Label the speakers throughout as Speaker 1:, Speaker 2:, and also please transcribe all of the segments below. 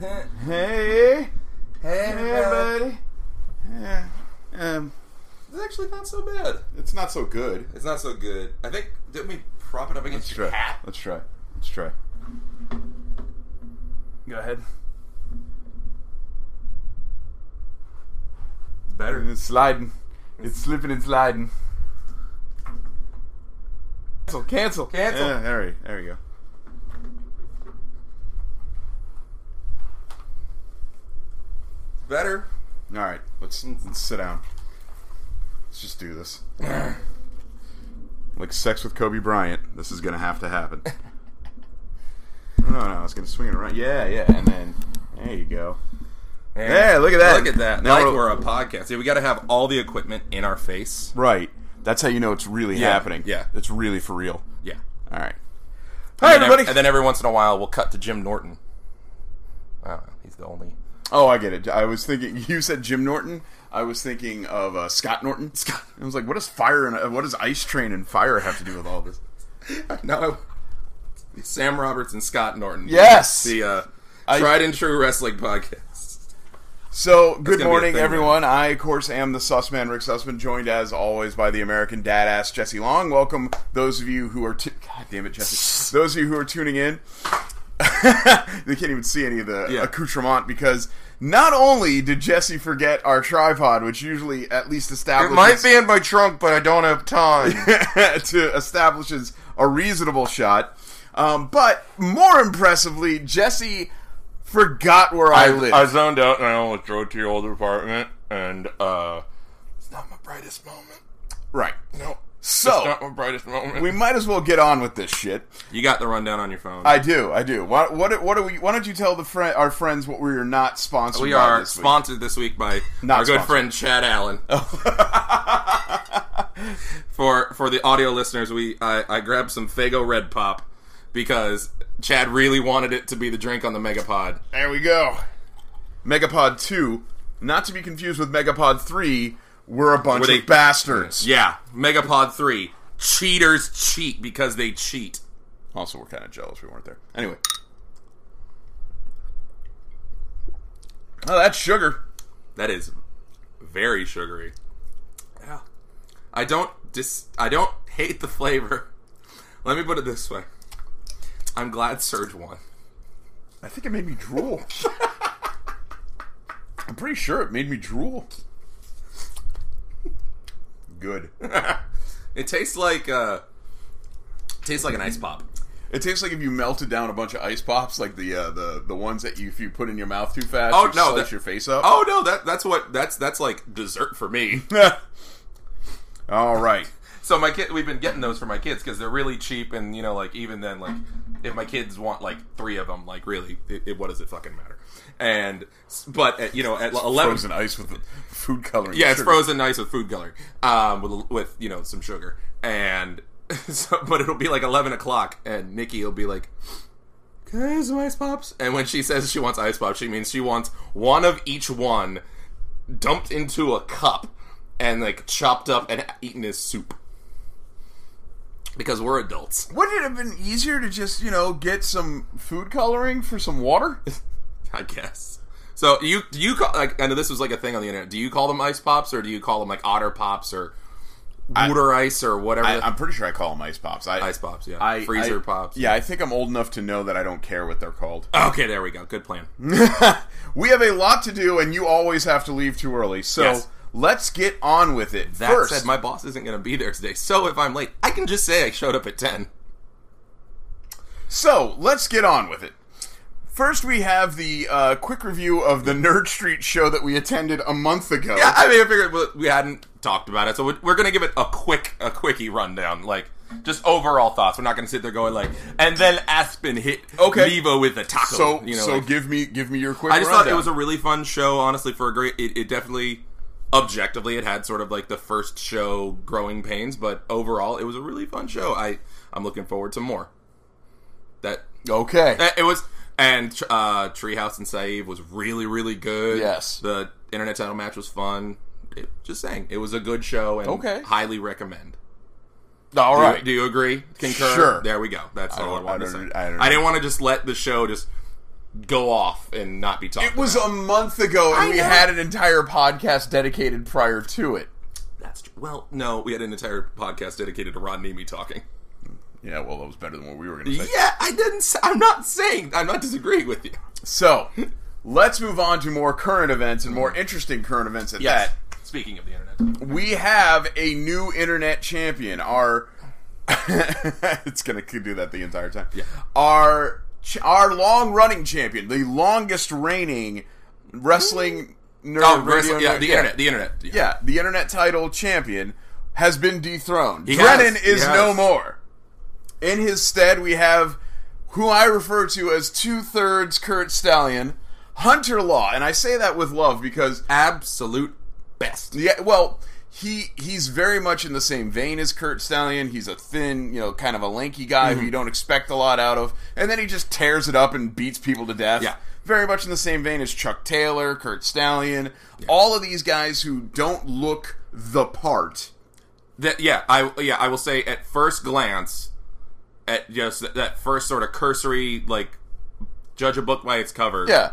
Speaker 1: Hey,
Speaker 2: Hey, hey,
Speaker 1: everybody.
Speaker 2: buddy. Yeah. Um,
Speaker 1: It's actually not so bad.
Speaker 2: it's not so good.
Speaker 1: It's not so good. I think didn't we prop it up
Speaker 2: Let's
Speaker 1: against your
Speaker 2: try.
Speaker 1: hat?
Speaker 2: Let's try. Let's try.
Speaker 3: Go ahead.
Speaker 1: It's better.
Speaker 2: It's sliding. It's slipping and sliding. Cancel. Cancel.
Speaker 1: Cancel.
Speaker 2: Yeah, there we. There we go.
Speaker 1: Better.
Speaker 2: All right. Let's, let's sit down. Let's just do this. like sex with Kobe Bryant. This is gonna have to happen. no, no. I was gonna swing it around. Yeah, yeah. And then there you go. Yeah, look at that.
Speaker 1: Look at that.
Speaker 2: Now
Speaker 1: like
Speaker 2: we're-
Speaker 1: we're a podcast. Yeah, we got to have all the equipment in our face.
Speaker 2: Right. That's how you know it's really
Speaker 1: Yeah,
Speaker 2: happening.
Speaker 1: yeah.
Speaker 2: It's really for real.
Speaker 1: Yeah.
Speaker 2: All right.
Speaker 1: and then
Speaker 2: Hi,
Speaker 1: ev-
Speaker 2: everybody.
Speaker 1: and then every once in a while, we'll cut to Jim Norton. I don't know. He's the only
Speaker 2: oh, I get it. I was thinking you said Jim Norton. I was thinking of uh, Scott Norton. Scott. I was like, what does fire and uh, what does Ice Train and fire have to do with all this?
Speaker 1: no. Sam Roberts and Scott Norton.
Speaker 2: Yes!
Speaker 1: the uh,
Speaker 2: I-
Speaker 1: tried and true wrestling podcast.
Speaker 2: So, good
Speaker 1: be a
Speaker 2: morning,
Speaker 1: thing,
Speaker 2: everyone. I, of course, am the Sussman, Rick Sussman, joined as always by the American Dadass Jesse Long. Welcome those of you who are t- God damn it, Jesse. those of you who are tuning in. they can't even see any of the
Speaker 1: Yeah.
Speaker 2: accoutrement because not only did Jesse forget our tripod, which usually at least establishes
Speaker 1: in my trunk, but I don't have time.
Speaker 2: to establishes a reasonable shot. Um, but more impressively, Jesse forgot where I, live.
Speaker 4: I zoned out and I almost drove to your old apartment, and uh, it's not my brightest moment.
Speaker 2: right.
Speaker 4: No,
Speaker 2: So
Speaker 4: it's not my brightest moment.
Speaker 2: we might as well get on with this shit.
Speaker 1: you got the rundown on your phone.
Speaker 2: I do, I do. What what what do we? Why don't you tell the friend our friends what we are not sponsored?
Speaker 1: we
Speaker 2: by
Speaker 1: are
Speaker 2: this week?
Speaker 1: sponsored this week by
Speaker 2: Not
Speaker 1: our good
Speaker 2: sponsored. Oh.
Speaker 1: friend Chad Allen. for for the audio listeners, we I, I grabbed some Fago Red Pop because Chad really wanted it to be the drink on the Megapod.
Speaker 2: There we go. Megapod two, not to be confused with Megapod three. We're a bunch
Speaker 1: Were they-
Speaker 2: of bastards.
Speaker 1: Yeah, Megapod three. Cheaters cheat because they cheat.
Speaker 2: Also, we're kind of jealous we weren't there. Anyway. Oh, that's sugar.
Speaker 1: That is very sugary. Yeah. I don't dis I don't hate the flavor. Let me put it this way. I'm glad Surge won.
Speaker 2: I think it made me drool. I'm pretty sure it made me drool. Good.
Speaker 1: It tastes like uh tastes like an ice pop.
Speaker 2: It tastes like if you melted down a bunch of ice pops, like the uh, the the ones that you if you put in your mouth too fast,
Speaker 1: Oh,
Speaker 2: you
Speaker 1: no,
Speaker 2: slice
Speaker 1: that-
Speaker 2: your face up.
Speaker 1: Oh no, that that's what that's that's like dessert for me.
Speaker 2: All right.
Speaker 1: so my kid we've been getting those for my kids cuz they're really cheap and you know like even then like if my kids want like 3 of them like really it, it what does it fucking matter. And s- but at, you know at 11
Speaker 2: Frozen ice with the food coloring.
Speaker 1: Yeah, it's
Speaker 2: sugar.
Speaker 1: frozen nice with food coloring, um, with with you know some sugar, and so, but it'll be like eleven o'clock, and Nikki will be like, "Can I have some ice pops?" And when she says she wants ice pops, she means she wants one of each one, dumped into a cup, and like chopped up and eaten as soup, because we're adults.
Speaker 2: Wouldn't it have been easier to just you know get some food coloring for some water?
Speaker 1: I guess. So you do you call like I know this was like a thing on the internet. Do you call them ice pops or do you call them like otter pops or water ice or whatever?
Speaker 2: I,
Speaker 1: the-
Speaker 2: I'm pretty sure I call them ice pops. I,
Speaker 1: ice pops, yeah,
Speaker 2: I-
Speaker 1: freezer
Speaker 2: I-
Speaker 1: pops.
Speaker 2: Yeah, I think I'm old enough to know that I don't care what they're called.
Speaker 1: Okay, there we go. Good plan.
Speaker 2: we have a lot to do, and you always have to leave too early. So
Speaker 1: Yes.
Speaker 2: let's get on with it.
Speaker 1: That
Speaker 2: First,
Speaker 1: said, my boss isn't going to be there today, so if I'm late, I can just say I showed up at ten.
Speaker 2: so let's get on with it. First, we have the uh, quick review of the Nerd Street show that we attended a month ago.
Speaker 1: Yeah, I mean, I figured we- we hadn't talked about it, so we're- we're going to give it a quick, a quickie rundown, like just overall thoughts. We're not going to sit there going like, and then Aspen hit
Speaker 2: Okay.
Speaker 1: Levo with a taco.
Speaker 2: So,
Speaker 1: you know,
Speaker 2: so
Speaker 1: like-
Speaker 2: give me give me your quick.
Speaker 1: I just thought it
Speaker 2: rundown.
Speaker 1: was a really fun show, honestly. For a great, it, it definitely, objectively, it had sort of like the first show growing pains, but overall, it was a really fun show. I I'm looking forward to more. That
Speaker 2: okay.
Speaker 1: Uh, It was, and uh, Treehouse and Save was really, really good.
Speaker 2: Yes.
Speaker 1: the internet title match was fun. It, just saying, it was a good show and
Speaker 2: Okay.
Speaker 1: highly recommend.
Speaker 2: All
Speaker 1: Do you-
Speaker 2: right.
Speaker 1: do you agree? Concur.
Speaker 2: Sure.
Speaker 1: There we go. That's all I
Speaker 2: don't- I
Speaker 1: wanted to
Speaker 2: don't-
Speaker 1: say.
Speaker 2: I
Speaker 1: I,
Speaker 2: don't-
Speaker 1: didn't want to just let the show just go off and not be talked.
Speaker 2: It was a month ago, and
Speaker 1: I
Speaker 2: we
Speaker 1: know.
Speaker 2: had an entire podcast dedicated prior to it.
Speaker 1: That's true. Well, no, we had an entire podcast dedicated to Ron Nemi talking.
Speaker 2: Yeah, well, that was better than what we were going to say.
Speaker 1: Yeah, I didn't. s- I'm not saying. I'm not disagreeing with you.
Speaker 2: So, let's move on to more current events and more interesting current events at that.
Speaker 1: Speaking of the internet,
Speaker 2: we have a new internet champion. Our it's gonna do that the entire time.
Speaker 1: Yeah.
Speaker 2: Our ch- our long running champion, the longest reigning wrestling nerd
Speaker 1: oh,
Speaker 2: radio
Speaker 1: wrestling- yeah,
Speaker 2: nerd-
Speaker 1: the internet, the internet.
Speaker 2: yeah, the internet title champion has been dethroned.
Speaker 1: He
Speaker 2: Brennan
Speaker 1: has. He
Speaker 2: is no
Speaker 1: has.
Speaker 2: more. In his stead, we have who I refer to as two thirds Kurt Stallion, Hunter Law, and I say that with love because
Speaker 1: absolute best.
Speaker 2: yeah, well, he he's very much in the same vein as Kurt Stallion. He's a thin, you know, kind of a lanky guy
Speaker 1: Mm-hmm.
Speaker 2: who you don't expect a lot out of, and then he just tears it up and beats people to death.
Speaker 1: Yeah.
Speaker 2: Very much in the same vein as Chuck Taylor, Kurt Stallion, all of these guys who don't look the part.
Speaker 1: That yeah, I yeah, I will say at first glance, at just that, that first sort of cursory like judge a book by its cover.
Speaker 2: Yeah.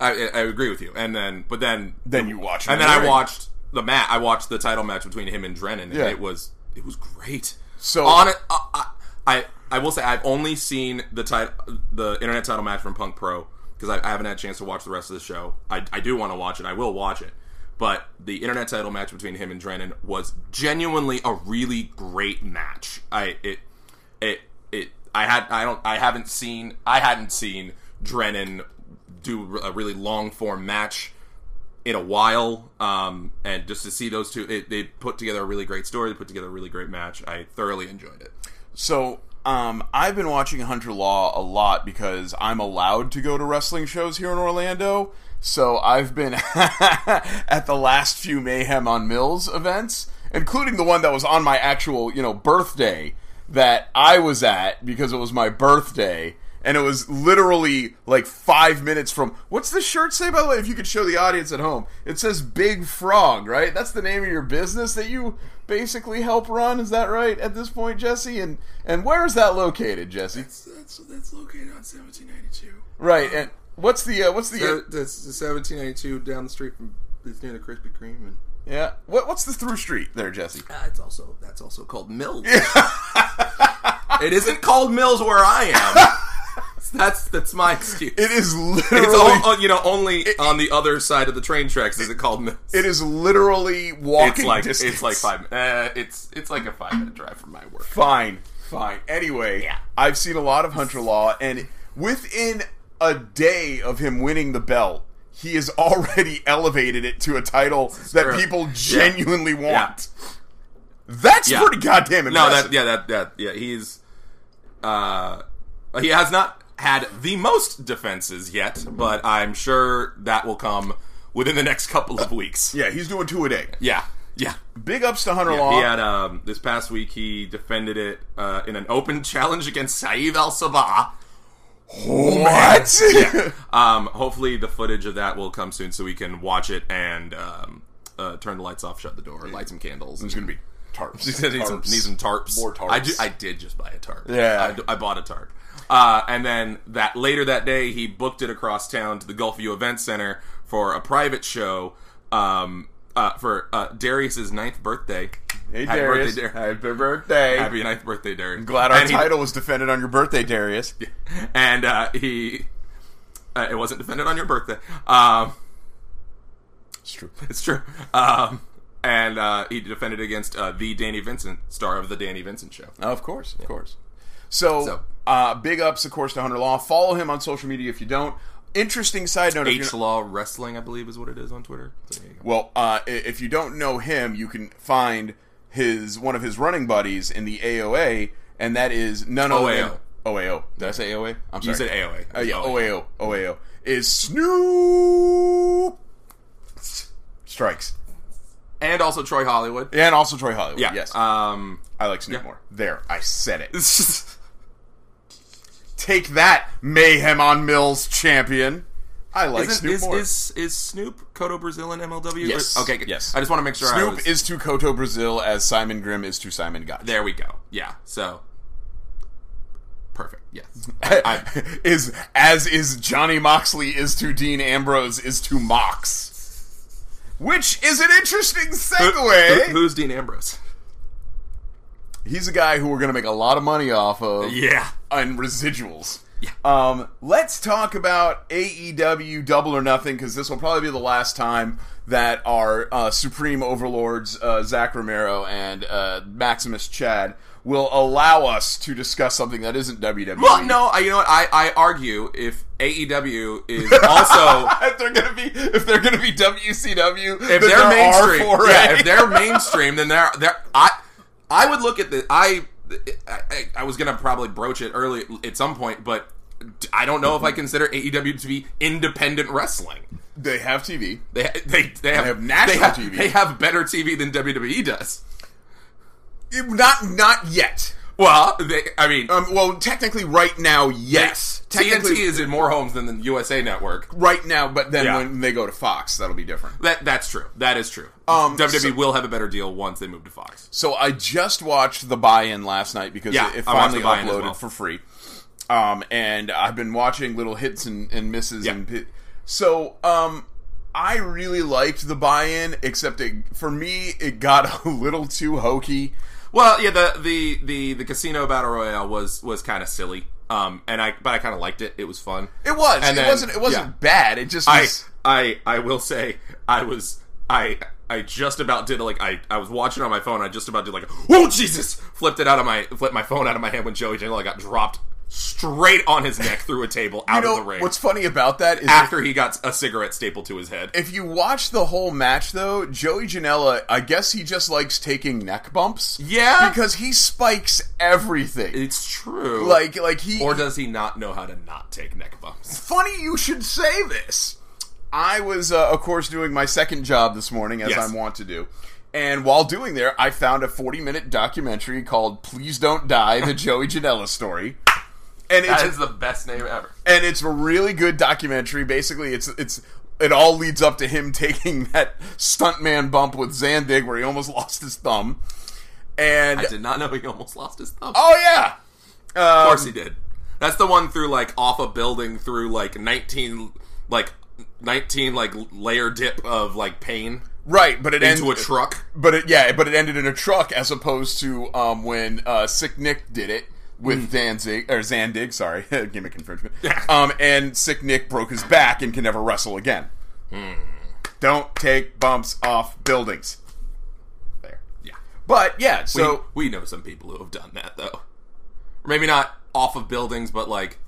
Speaker 1: I, I I agree with you. And then, but then,
Speaker 2: Then you watch him
Speaker 1: and then
Speaker 2: in the
Speaker 1: I
Speaker 2: ring.
Speaker 1: watched the mat. I watched the title match between him and Drennan, and
Speaker 2: Yeah.
Speaker 1: it was it was great.
Speaker 2: So-
Speaker 1: on it, uh, I, I I will say I've only seen the title, the internet title match from Punk Pro because I, I haven't had a chance to watch the rest of the show. I, I do want to watch it. I will watch it. But the internet title match between him and Drennan was genuinely a really great match. I it it it I had I don't I haven't seen I hadn't seen Drennan do a really long form match in a while um, and just to see those two it, they put together a really great story they put together a really great match I thoroughly enjoyed it
Speaker 2: So, um, I've been watching Hunter Law a lot because I'm allowed to go to wrestling shows here in Orlando. So I've been at the last few Mayhem on Mills events, including the one that was on my actual, you know, birthday that I was at because it was my birthday. And it was literally like five minutes from. What's the shirt say, by the way? If you could show the audience at home, it says Big Frog, right? That's the name of your business that you basically help run. Is that right at this point, Jesse? And and where is that located, Jesse?
Speaker 1: that's that's located on 1792
Speaker 2: Right. And what's the uh, what's the
Speaker 1: that's 1792 down the street from it's near the Krispy Kreme and
Speaker 2: yeah what, what's the through street there, Jesse?
Speaker 1: uh, it's also that's also called Mills it isn't called Mills where I am that's that's my excuse
Speaker 2: It is literally
Speaker 1: It's all, uh, you know, only on the other side of the train tracks is it called Mills.
Speaker 2: it is literally walking
Speaker 1: it's like
Speaker 2: distance.
Speaker 1: it's like five. Uh, it's it's like a five minute drive from my work.
Speaker 2: Fine, fine. Anyway,
Speaker 1: Yeah.
Speaker 2: I've seen a lot of Hunter Law, and within a day of him winning the belt, he has already elevated it to a title that
Speaker 1: true.
Speaker 2: people
Speaker 1: Yeah.
Speaker 2: genuinely
Speaker 1: Yeah.
Speaker 2: want. That's
Speaker 1: Yeah.
Speaker 2: pretty goddamn
Speaker 1: No,
Speaker 2: impressive.
Speaker 1: that yeah, that that yeah. He's uh, he has not had the most defenses yet, but I'm sure that will come within the next couple of weeks.
Speaker 2: yeah, he's doing two a day.
Speaker 1: Yeah, yeah.
Speaker 2: Big ups to Hunter Law.
Speaker 1: He had um this past week. He defended it uh, in an open challenge against Saeed Al Sabah.
Speaker 2: What?
Speaker 1: Um, hopefully the footage of that will come soon, so we can watch it and um, uh, turn the lights off, shut the door, light some candles.
Speaker 2: It's gonna be tarps.
Speaker 1: She said need some,
Speaker 2: Tarps.
Speaker 1: need some tarps.
Speaker 2: More tarps.
Speaker 1: I, do, I did just buy a tarp.
Speaker 2: Yeah.
Speaker 1: I d- I, bought a tarp. Uh, and then that later that day, he booked it across town to the Gulfview Event Center for a private show um, uh, for uh, Darius's ninth birthday.
Speaker 2: Hey,
Speaker 1: Happy
Speaker 2: Darius.
Speaker 1: birthday, Dar-
Speaker 2: Happy birthday.
Speaker 1: Happy ninth birthday, Darius!
Speaker 2: Glad our
Speaker 1: and he-
Speaker 2: title was defended on your birthday, Darius.
Speaker 1: and uh, he, uh, it wasn't defended on your birthday. Um,
Speaker 2: It's true.
Speaker 1: It's true. Um, and uh, he defended against uh, the Danny Vincent, star of the Danny Vincent show.
Speaker 2: Of course, of course. So,
Speaker 1: So-
Speaker 2: Uh, big ups, of course, to Hunter Law. Follow him on social media if you don't. Interesting side note. if you're-
Speaker 1: H Law Wrestling, I believe, is what it is on Twitter. So there you go.
Speaker 2: well, uh, i- if you don't know him, you can find his one of his running buddies in the AOA, and that is none other than
Speaker 1: OAO.
Speaker 2: OAO. Did I say AOA? I'm sorry.
Speaker 1: You said AOA.
Speaker 2: Oh yeah, OAO, OAO is Snoop Strikes,
Speaker 1: And also Troy Hollywood.
Speaker 2: and also Troy Hollywood.
Speaker 1: Yeah.
Speaker 2: Yes,
Speaker 1: Um,
Speaker 2: I like Snoop more. There, I said it.
Speaker 1: he's
Speaker 2: Take that, Mayhem on Mills champion. I like Snoop
Speaker 1: is,
Speaker 2: more.
Speaker 1: is is Snoop Coto Brazil in MLW?
Speaker 2: Yes.
Speaker 1: Okay. good.
Speaker 2: Yes.
Speaker 1: I just want to make sure. I
Speaker 2: Snoop
Speaker 1: was,
Speaker 2: is to Koto Brazil as Simon Grimm is to Simon Gotch.
Speaker 1: There we go. Yeah. So Perfect. Yes. I, I,
Speaker 2: is as is Johnny Moxley is to Dean Ambrose is to Mox, which is an interesting
Speaker 1: who,
Speaker 2: segue.
Speaker 1: who's Dean Ambrose?
Speaker 2: He's a guy who we're gonna make a lot of money off of
Speaker 1: Yeah.
Speaker 2: on residuals.
Speaker 1: Yeah.
Speaker 2: Um, let's talk about AEW Double or Nothing because this will probably be the last time that our uh, supreme overlords uh, Zach Romero and uh, Maximus Chad will allow us to discuss something that isn't E. WWE.
Speaker 1: Well, no, I, you know what? I, I argue if AEW is also
Speaker 2: if they're gonna be if they're gonna be WCW,
Speaker 1: if
Speaker 2: then
Speaker 1: they're
Speaker 2: there are
Speaker 1: mainstream,
Speaker 2: four
Speaker 1: yeah,
Speaker 2: A.
Speaker 1: if they're mainstream, then they're they're I I would look at the I I, I was gonna probably broach it early at some point, but I don't know if I
Speaker 2: Mm-hmm.
Speaker 1: consider AEW to be independent wrestling.
Speaker 2: they have TV.
Speaker 1: They they they have,
Speaker 2: have national
Speaker 1: they have,
Speaker 2: TV.
Speaker 1: They have better TV than WWE does.
Speaker 2: It- not not yet.
Speaker 1: Well, they I mean,
Speaker 2: Um, well, technically, right now, yes.
Speaker 1: TNT
Speaker 2: Technically,
Speaker 1: is in more homes than the USA Network.
Speaker 2: right now, but then
Speaker 1: Yeah.
Speaker 2: when they go to Fox, that'll be different.
Speaker 1: That that's true. That is true.
Speaker 2: Um,
Speaker 1: WWE
Speaker 2: so-
Speaker 1: will have a better deal once they move to Fox.
Speaker 2: So I just watched the buy-in last night because
Speaker 1: Yeah,
Speaker 2: it, it
Speaker 1: I watched
Speaker 2: finally
Speaker 1: the buy-in as
Speaker 2: uploaded
Speaker 1: well.
Speaker 2: for free. Um, and I've been watching little hits and, and misses
Speaker 1: Yeah.
Speaker 2: and pi- so um, I really liked the buy-in, except it, for me it got a little too hokey.
Speaker 1: Well, yeah, the the the, the casino battle royale was was kind of silly. Um, and I but I kind of liked it. It was fun.
Speaker 2: It was.
Speaker 1: And
Speaker 2: it
Speaker 1: then-
Speaker 2: wasn't. It wasn't
Speaker 1: yeah.
Speaker 2: bad. It just.
Speaker 1: I
Speaker 2: Was,
Speaker 1: I I will say I was I I just about did like I I was watching on my phone. I just about did like oh Jesus! Flipped it out of my flipped my phone out of my hand when Joey Janela got dropped straight on his neck through a table out
Speaker 2: you know
Speaker 1: of the ring
Speaker 2: what's funny about that is
Speaker 1: after he got a cigarette stapled to his head.
Speaker 2: if you watch the whole match though, Joey Janela, I guess he just likes taking neck bumps.
Speaker 1: Yeah.
Speaker 2: because he spikes everything.
Speaker 1: It's true.
Speaker 2: like like he
Speaker 1: or does he not know how to not take neck bumps?
Speaker 2: funny you should say this. I was, uh, of course, doing my second job this morning, as
Speaker 1: Yes.
Speaker 2: I'm wont to do. And while doing there, I found a 40 minute documentary called "Please Don't Die: The Joey Janela Story," and it's
Speaker 1: That is the best name ever.
Speaker 2: and it's a really good documentary. Basically, it's it's it all leads up to him taking that stuntman bump with Zandig, where he almost lost his thumb. And
Speaker 1: I did not know he almost lost his thumb. Um,
Speaker 2: oh yeah,
Speaker 1: Of course he did. That's the one through like off a building through like nineteen like nineteen like layer dip of like pain
Speaker 2: right. But it ends
Speaker 1: into a truck.
Speaker 2: But it, yeah, but it ended in a truck as opposed to um, when uh, Sick Nick did it with Danzig or Zandig. Sorry, gimmick infringement. Um, and Sick Nick broke his back and can never wrestle again. Don't take bumps off buildings. There.
Speaker 1: Yeah.
Speaker 2: But yeah,
Speaker 1: We,
Speaker 2: so
Speaker 1: we know some people who have done that though. Or maybe not off of buildings, but like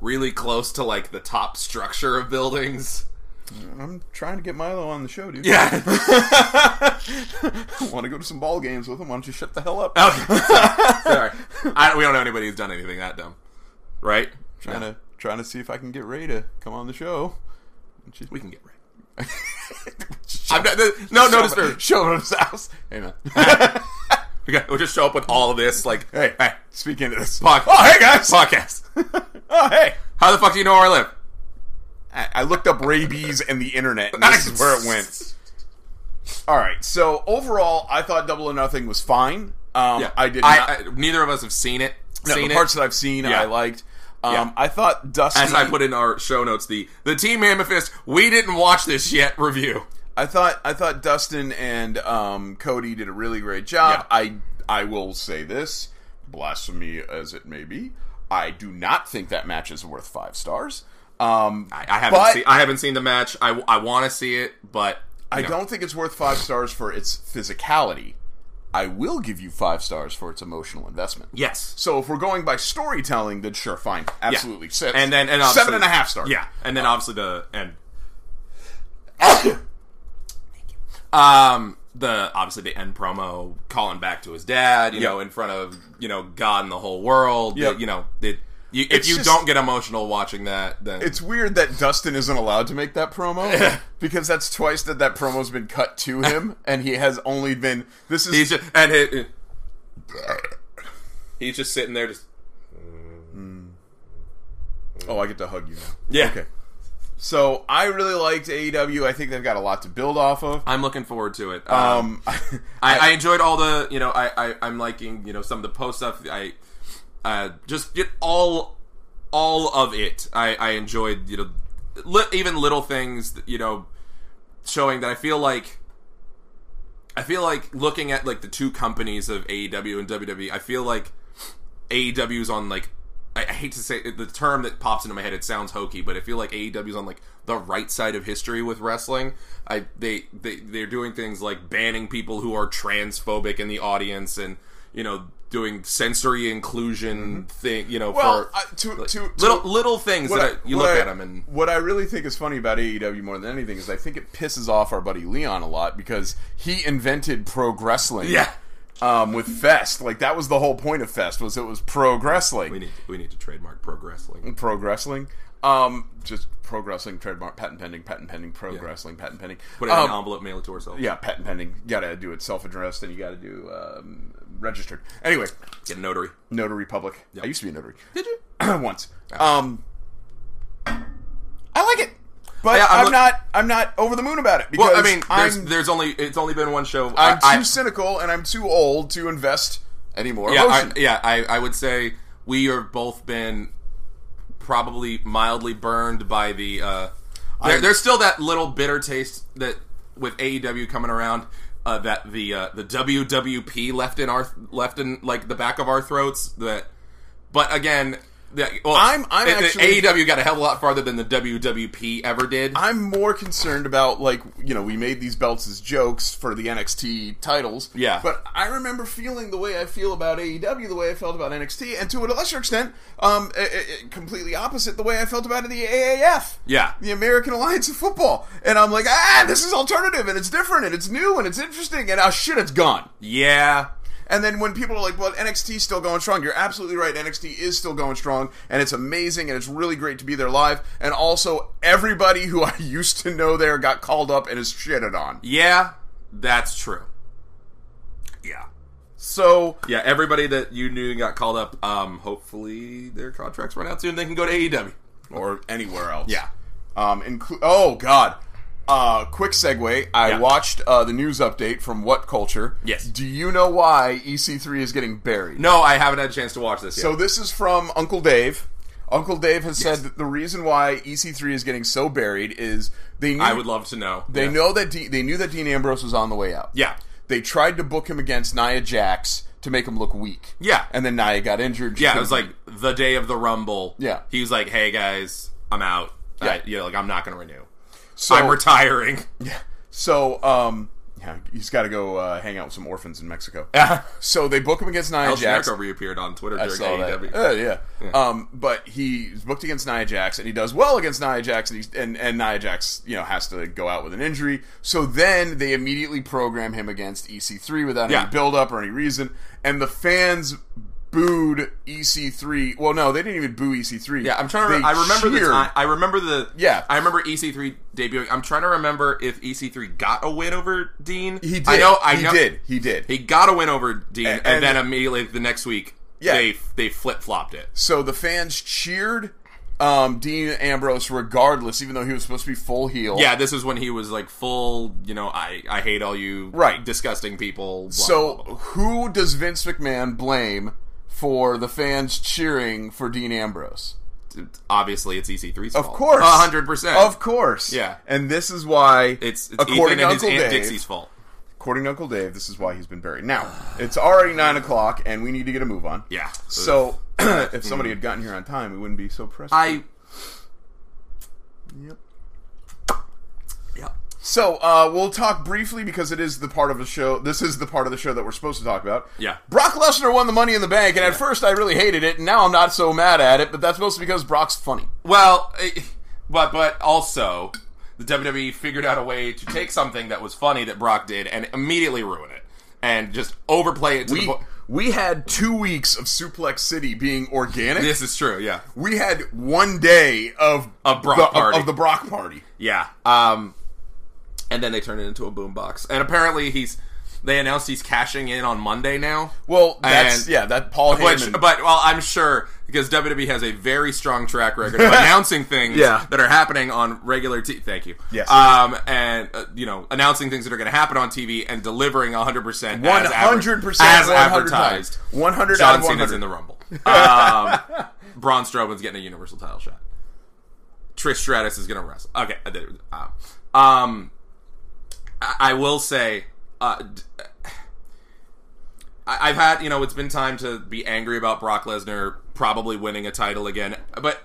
Speaker 1: really close to like the top structure of buildings.
Speaker 2: I'm trying to get Milo on the show, dude.
Speaker 1: Yeah.
Speaker 2: Want to go to some ball games with him? Why don't you shut the hell up?
Speaker 1: okay. Sorry. I, we don't know anybody who's done anything that dumb, right?
Speaker 2: Trying to trying to see if I can get Ray to come on the show.
Speaker 1: We can get right. I'm not, no, no,
Speaker 2: Show him-
Speaker 1: disturbance.
Speaker 2: Show him his house. Hey man.
Speaker 1: We got- We'll just show up with all of this, like
Speaker 2: Hey, hey, speak into this.
Speaker 1: Podcast.
Speaker 2: Oh, hey, guys.
Speaker 1: podcast.
Speaker 2: Oh, hey.
Speaker 1: How the fuck do you know where I live?
Speaker 2: I, I looked up rabies and the internet, and this is where it went. All right. So, overall, I thought Double or Nothing was fine. Um,
Speaker 1: Yeah,
Speaker 2: I did not.
Speaker 1: I, neither of us have seen it.
Speaker 2: no,
Speaker 1: seen
Speaker 2: the
Speaker 1: it.
Speaker 2: parts that I've seen,
Speaker 1: Yeah.
Speaker 2: I liked. Um,
Speaker 1: Yeah.
Speaker 2: I thought Dusty.
Speaker 1: as I put in our show notes, the the Team Amethyst. We didn't watch this yet. Review.
Speaker 2: I thought I thought Dustin and um, Cody did a really great job. I I will say this, blasphemy as it may be, I do not think that match is worth five stars. Um,
Speaker 1: I, I haven't.
Speaker 2: But-
Speaker 1: seen, I haven't seen the match. I, want to see it, but
Speaker 2: I
Speaker 1: no.
Speaker 2: don't think it's worth five stars for its physicality. I will give you five stars for its emotional investment.
Speaker 1: Yes.
Speaker 2: So if we're going by storytelling, then sure, fine, absolutely. Se-
Speaker 1: And then and
Speaker 2: seven
Speaker 1: obviously-
Speaker 2: and a half Oh. stars.
Speaker 1: Yeah, and then obviously the and. Um, the obviously the end promo calling back to his dad, you
Speaker 2: Yep.
Speaker 1: know, in front of you know God and the whole world. the-
Speaker 2: Yep.
Speaker 1: you know, it, you, if
Speaker 2: It's
Speaker 1: you
Speaker 2: just-
Speaker 1: don't get emotional watching that, then
Speaker 2: It's weird that Dustin isn't allowed to make that promo because that's twice that that promo's been cut to him, and he has only been. This is
Speaker 1: He's just and he, he's just sitting there, just
Speaker 2: oh, I get to hug you now.
Speaker 1: yeah.
Speaker 2: Okay. So I really liked AEW. I think they've got a lot to build off of.
Speaker 1: I'm looking forward to it. Um,
Speaker 2: Um,
Speaker 1: I, I enjoyed all the you know I, I I'm liking you know some of the post stuff. I uh, just get all all of it. I, I enjoyed you know li- even little things that, you know showing that I feel like I feel like looking at like the two companies of AEW and WWE. I feel like AEW's on like I, I hate to say it, the term that pops into my head. It sounds hokey, but I feel like AEW's on like the right side of history with wrestling. I they they they're doing things like banning people who are transphobic in the audience, and you know doing sensory inclusion thing. You know,
Speaker 2: Mm-hmm. Well,
Speaker 1: for
Speaker 2: I- to-
Speaker 1: like,
Speaker 2: to- to-
Speaker 1: little little things that I, you look
Speaker 2: I-
Speaker 1: at 'em at them and
Speaker 2: what I really think is funny about AEW more than anything is I think it pisses off our buddy Leon a lot because he invented pro wrestling.
Speaker 1: Yeah.
Speaker 2: Um, with Fest, like that was the whole point of Fest was it was pro wrestling.
Speaker 1: we need we need to trademark pro wrestling.
Speaker 2: pro wrestling. Um, just pro wrestling trademark, patent pending, patent pending, pro wrestling, patent pending.
Speaker 1: Put it in an
Speaker 2: Um,
Speaker 1: envelope, mail it to ourselves.
Speaker 2: yeah, patent pending. You gotta do it self addressed, and you gotta do um, registered. Anyway,
Speaker 1: get a notary.
Speaker 2: notary public. I used to be a notary
Speaker 1: Did you?
Speaker 2: once. Um, I like it, but
Speaker 1: Yeah, I'm
Speaker 2: I'm,
Speaker 1: look-
Speaker 2: not. I'm not over the moon about it because
Speaker 1: Well, I mean, there's,
Speaker 2: I'm
Speaker 1: there's only it's only been one show.
Speaker 2: I'm
Speaker 1: I-
Speaker 2: too cynical and I'm too old to invest any more
Speaker 1: Yeah, I,
Speaker 2: emotion.
Speaker 1: yeah. I, I would say we have both been probably mildly burned by the. Uh, there, there's still that little bitter taste that with AEW coming around. Uh, that the uh, the WWP left in our left in like the back of our throats. That, but again, that, well,
Speaker 2: I'm- I'm
Speaker 1: the- the
Speaker 2: actually-
Speaker 1: AEW got a hell of a lot farther than the WWP ever did.
Speaker 2: I'm more concerned about like you know we made these belts as jokes for the NXT titles.
Speaker 1: Yeah.
Speaker 2: but I remember feeling the way I feel about AEW, the way I felt about NXT, and to a lesser extent, um, i i- i- completely opposite the way I felt about the AAF.
Speaker 1: Yeah.
Speaker 2: the American Alliance of Football, and I'm like, ah, this is alternative, and it's different, and it's new, and it's interesting, and oh shit, it's gone.
Speaker 1: yeah,
Speaker 2: And then when people are like, "Well, NXT's still going strong," you're absolutely right. NXT is still going strong, and it's amazing, and it's really great to be there live. And also, everybody who I used to know there got called up and is shitted on.
Speaker 1: yeah, that's true. Yeah.
Speaker 2: So
Speaker 1: Yeah, everybody that you knew got called up. Um, hopefully their contracts run out soon. They can go to AEW.
Speaker 2: or anywhere else.
Speaker 1: Yeah.
Speaker 2: Um. Inclu- oh God. Uh. Quick segue. I
Speaker 1: Yeah.
Speaker 2: watched uh, the news update from What Culture.
Speaker 1: Yes.
Speaker 2: Do you know why EC3 is getting buried?
Speaker 1: No, I haven't had a chance to watch this yet.
Speaker 2: So this is from Uncle Dave. Uncle Dave has said that the reason why EC3 is getting so buried is they knew
Speaker 1: I would love to know.
Speaker 2: They
Speaker 1: yeah.
Speaker 2: know that De- they knew that Dean Ambrose was on the way out.
Speaker 1: Yeah.
Speaker 2: They tried to book him against Nia Jax to make him look weak.
Speaker 1: Yeah.
Speaker 2: And then Nia got injured. She
Speaker 1: Yeah, it
Speaker 2: couldn't
Speaker 1: was like the day of the Rumble.
Speaker 2: Yeah.
Speaker 1: he was like, "Hey guys, I'm out.
Speaker 2: Yeah.
Speaker 1: I, you know, like I'm not going to renew.
Speaker 2: so,
Speaker 1: I'm retiring."
Speaker 2: yeah. So um yeah, he's got to go uh, hang out with some orphans in Mexico. so they book him against Nia
Speaker 1: El
Speaker 2: Jax.
Speaker 1: Generico reappeared on Twitter
Speaker 2: I
Speaker 1: during E
Speaker 2: saw that.
Speaker 1: AEW.
Speaker 2: Uh, yeah. Um, but he's booked against Nia Jax, and he does well against Nia Jax, and, he's, and and Nia Jax, you know, has to go out with an injury. So then they immediately program him against EC3 without
Speaker 1: Yeah.
Speaker 2: any build up or any reason, and the fans booed EC3. Well, no, they didn't even boo EC3.
Speaker 1: Yeah, I'm trying to.
Speaker 2: They
Speaker 1: I remember the
Speaker 2: cheered.
Speaker 1: time. I remember the.
Speaker 2: Yeah.
Speaker 1: I remember EC3 debuting. I'm trying to remember if EC3 got a win over Dean.
Speaker 2: He did.
Speaker 1: I know. I
Speaker 2: he
Speaker 1: know.
Speaker 2: did. He did.
Speaker 1: He got a win over Dean, and,
Speaker 2: And-
Speaker 1: then immediately the next week,
Speaker 2: Yeah.
Speaker 1: they they flip flopped it.
Speaker 2: So the fans cheered um, Dean Ambrose regardless, even though he was supposed to be full heel.
Speaker 1: Yeah, this is when he was like full. You know, I I hate all you
Speaker 2: Right.
Speaker 1: disgusting people. blah,
Speaker 2: So,
Speaker 1: blah, blah.
Speaker 2: who does Vince McMahon blame for the fans cheering for Dean Ambrose?
Speaker 1: obviously it's E EC3's
Speaker 2: Of course,
Speaker 1: hundred percent.
Speaker 2: Of course,
Speaker 1: Yeah.
Speaker 2: And this is why
Speaker 1: it's, it's Ethan
Speaker 2: according to
Speaker 1: and his
Speaker 2: Uncle
Speaker 1: Aunt
Speaker 2: Dave.
Speaker 1: Dixie's fault.
Speaker 2: According to Uncle Dave, this is why he's been buried. Now it's already nine o'clock, and we need to get a move on.
Speaker 1: Yeah.
Speaker 2: So, if somebody had gotten here on time, we wouldn't be so pressed.
Speaker 1: I.
Speaker 2: Yep.
Speaker 1: Yeah.
Speaker 2: So uh, we'll talk briefly because it is the part of the show. This is the part of the show that we're supposed to talk about.
Speaker 1: Yeah.
Speaker 2: Brock Lesnar won the Money in the Bank, and at first I really hated it, and now I'm not so mad at it. But that's mostly because Brock's funny.
Speaker 1: Well, eh, but but also the WWE figured out a way to take something that was funny that Brock did and immediately ruin it and just overplay it to the
Speaker 2: We
Speaker 1: point.
Speaker 2: we had two weeks of Suplex City being organic.
Speaker 1: This is true. Yeah.
Speaker 2: we had one day of
Speaker 1: Of Brock
Speaker 2: the,
Speaker 1: party.
Speaker 2: Of, the Brock party.
Speaker 1: Yeah. Um, and then they turn it into a boombox, and apparently he's they announced he's cashing in on Monday now.
Speaker 2: Well, that's
Speaker 1: And-
Speaker 2: yeah. That Paul
Speaker 1: Which,
Speaker 2: Heyman.
Speaker 1: but well, I'm sure because WWE has a very strong track record of announcing things
Speaker 2: Yeah.
Speaker 1: that are happening on regular. T- Thank you.
Speaker 2: Yes.
Speaker 1: Um, and uh, you know, announcing things that are going to happen on TV and delivering 100 percent,
Speaker 2: 100%
Speaker 1: as
Speaker 2: 100 times.
Speaker 1: advertised.
Speaker 2: 100 out
Speaker 1: John
Speaker 2: of
Speaker 1: Cena's
Speaker 2: 100.
Speaker 1: in the Rumble. Um, Braun Strowman's getting a Universal title shot. Trish Stratus is going to wrestle. Okay, I did it. Um, um, I I will say, uh, d- I- I've had you know it's been time to be angry about Brock Lesnar probably winning a title again, but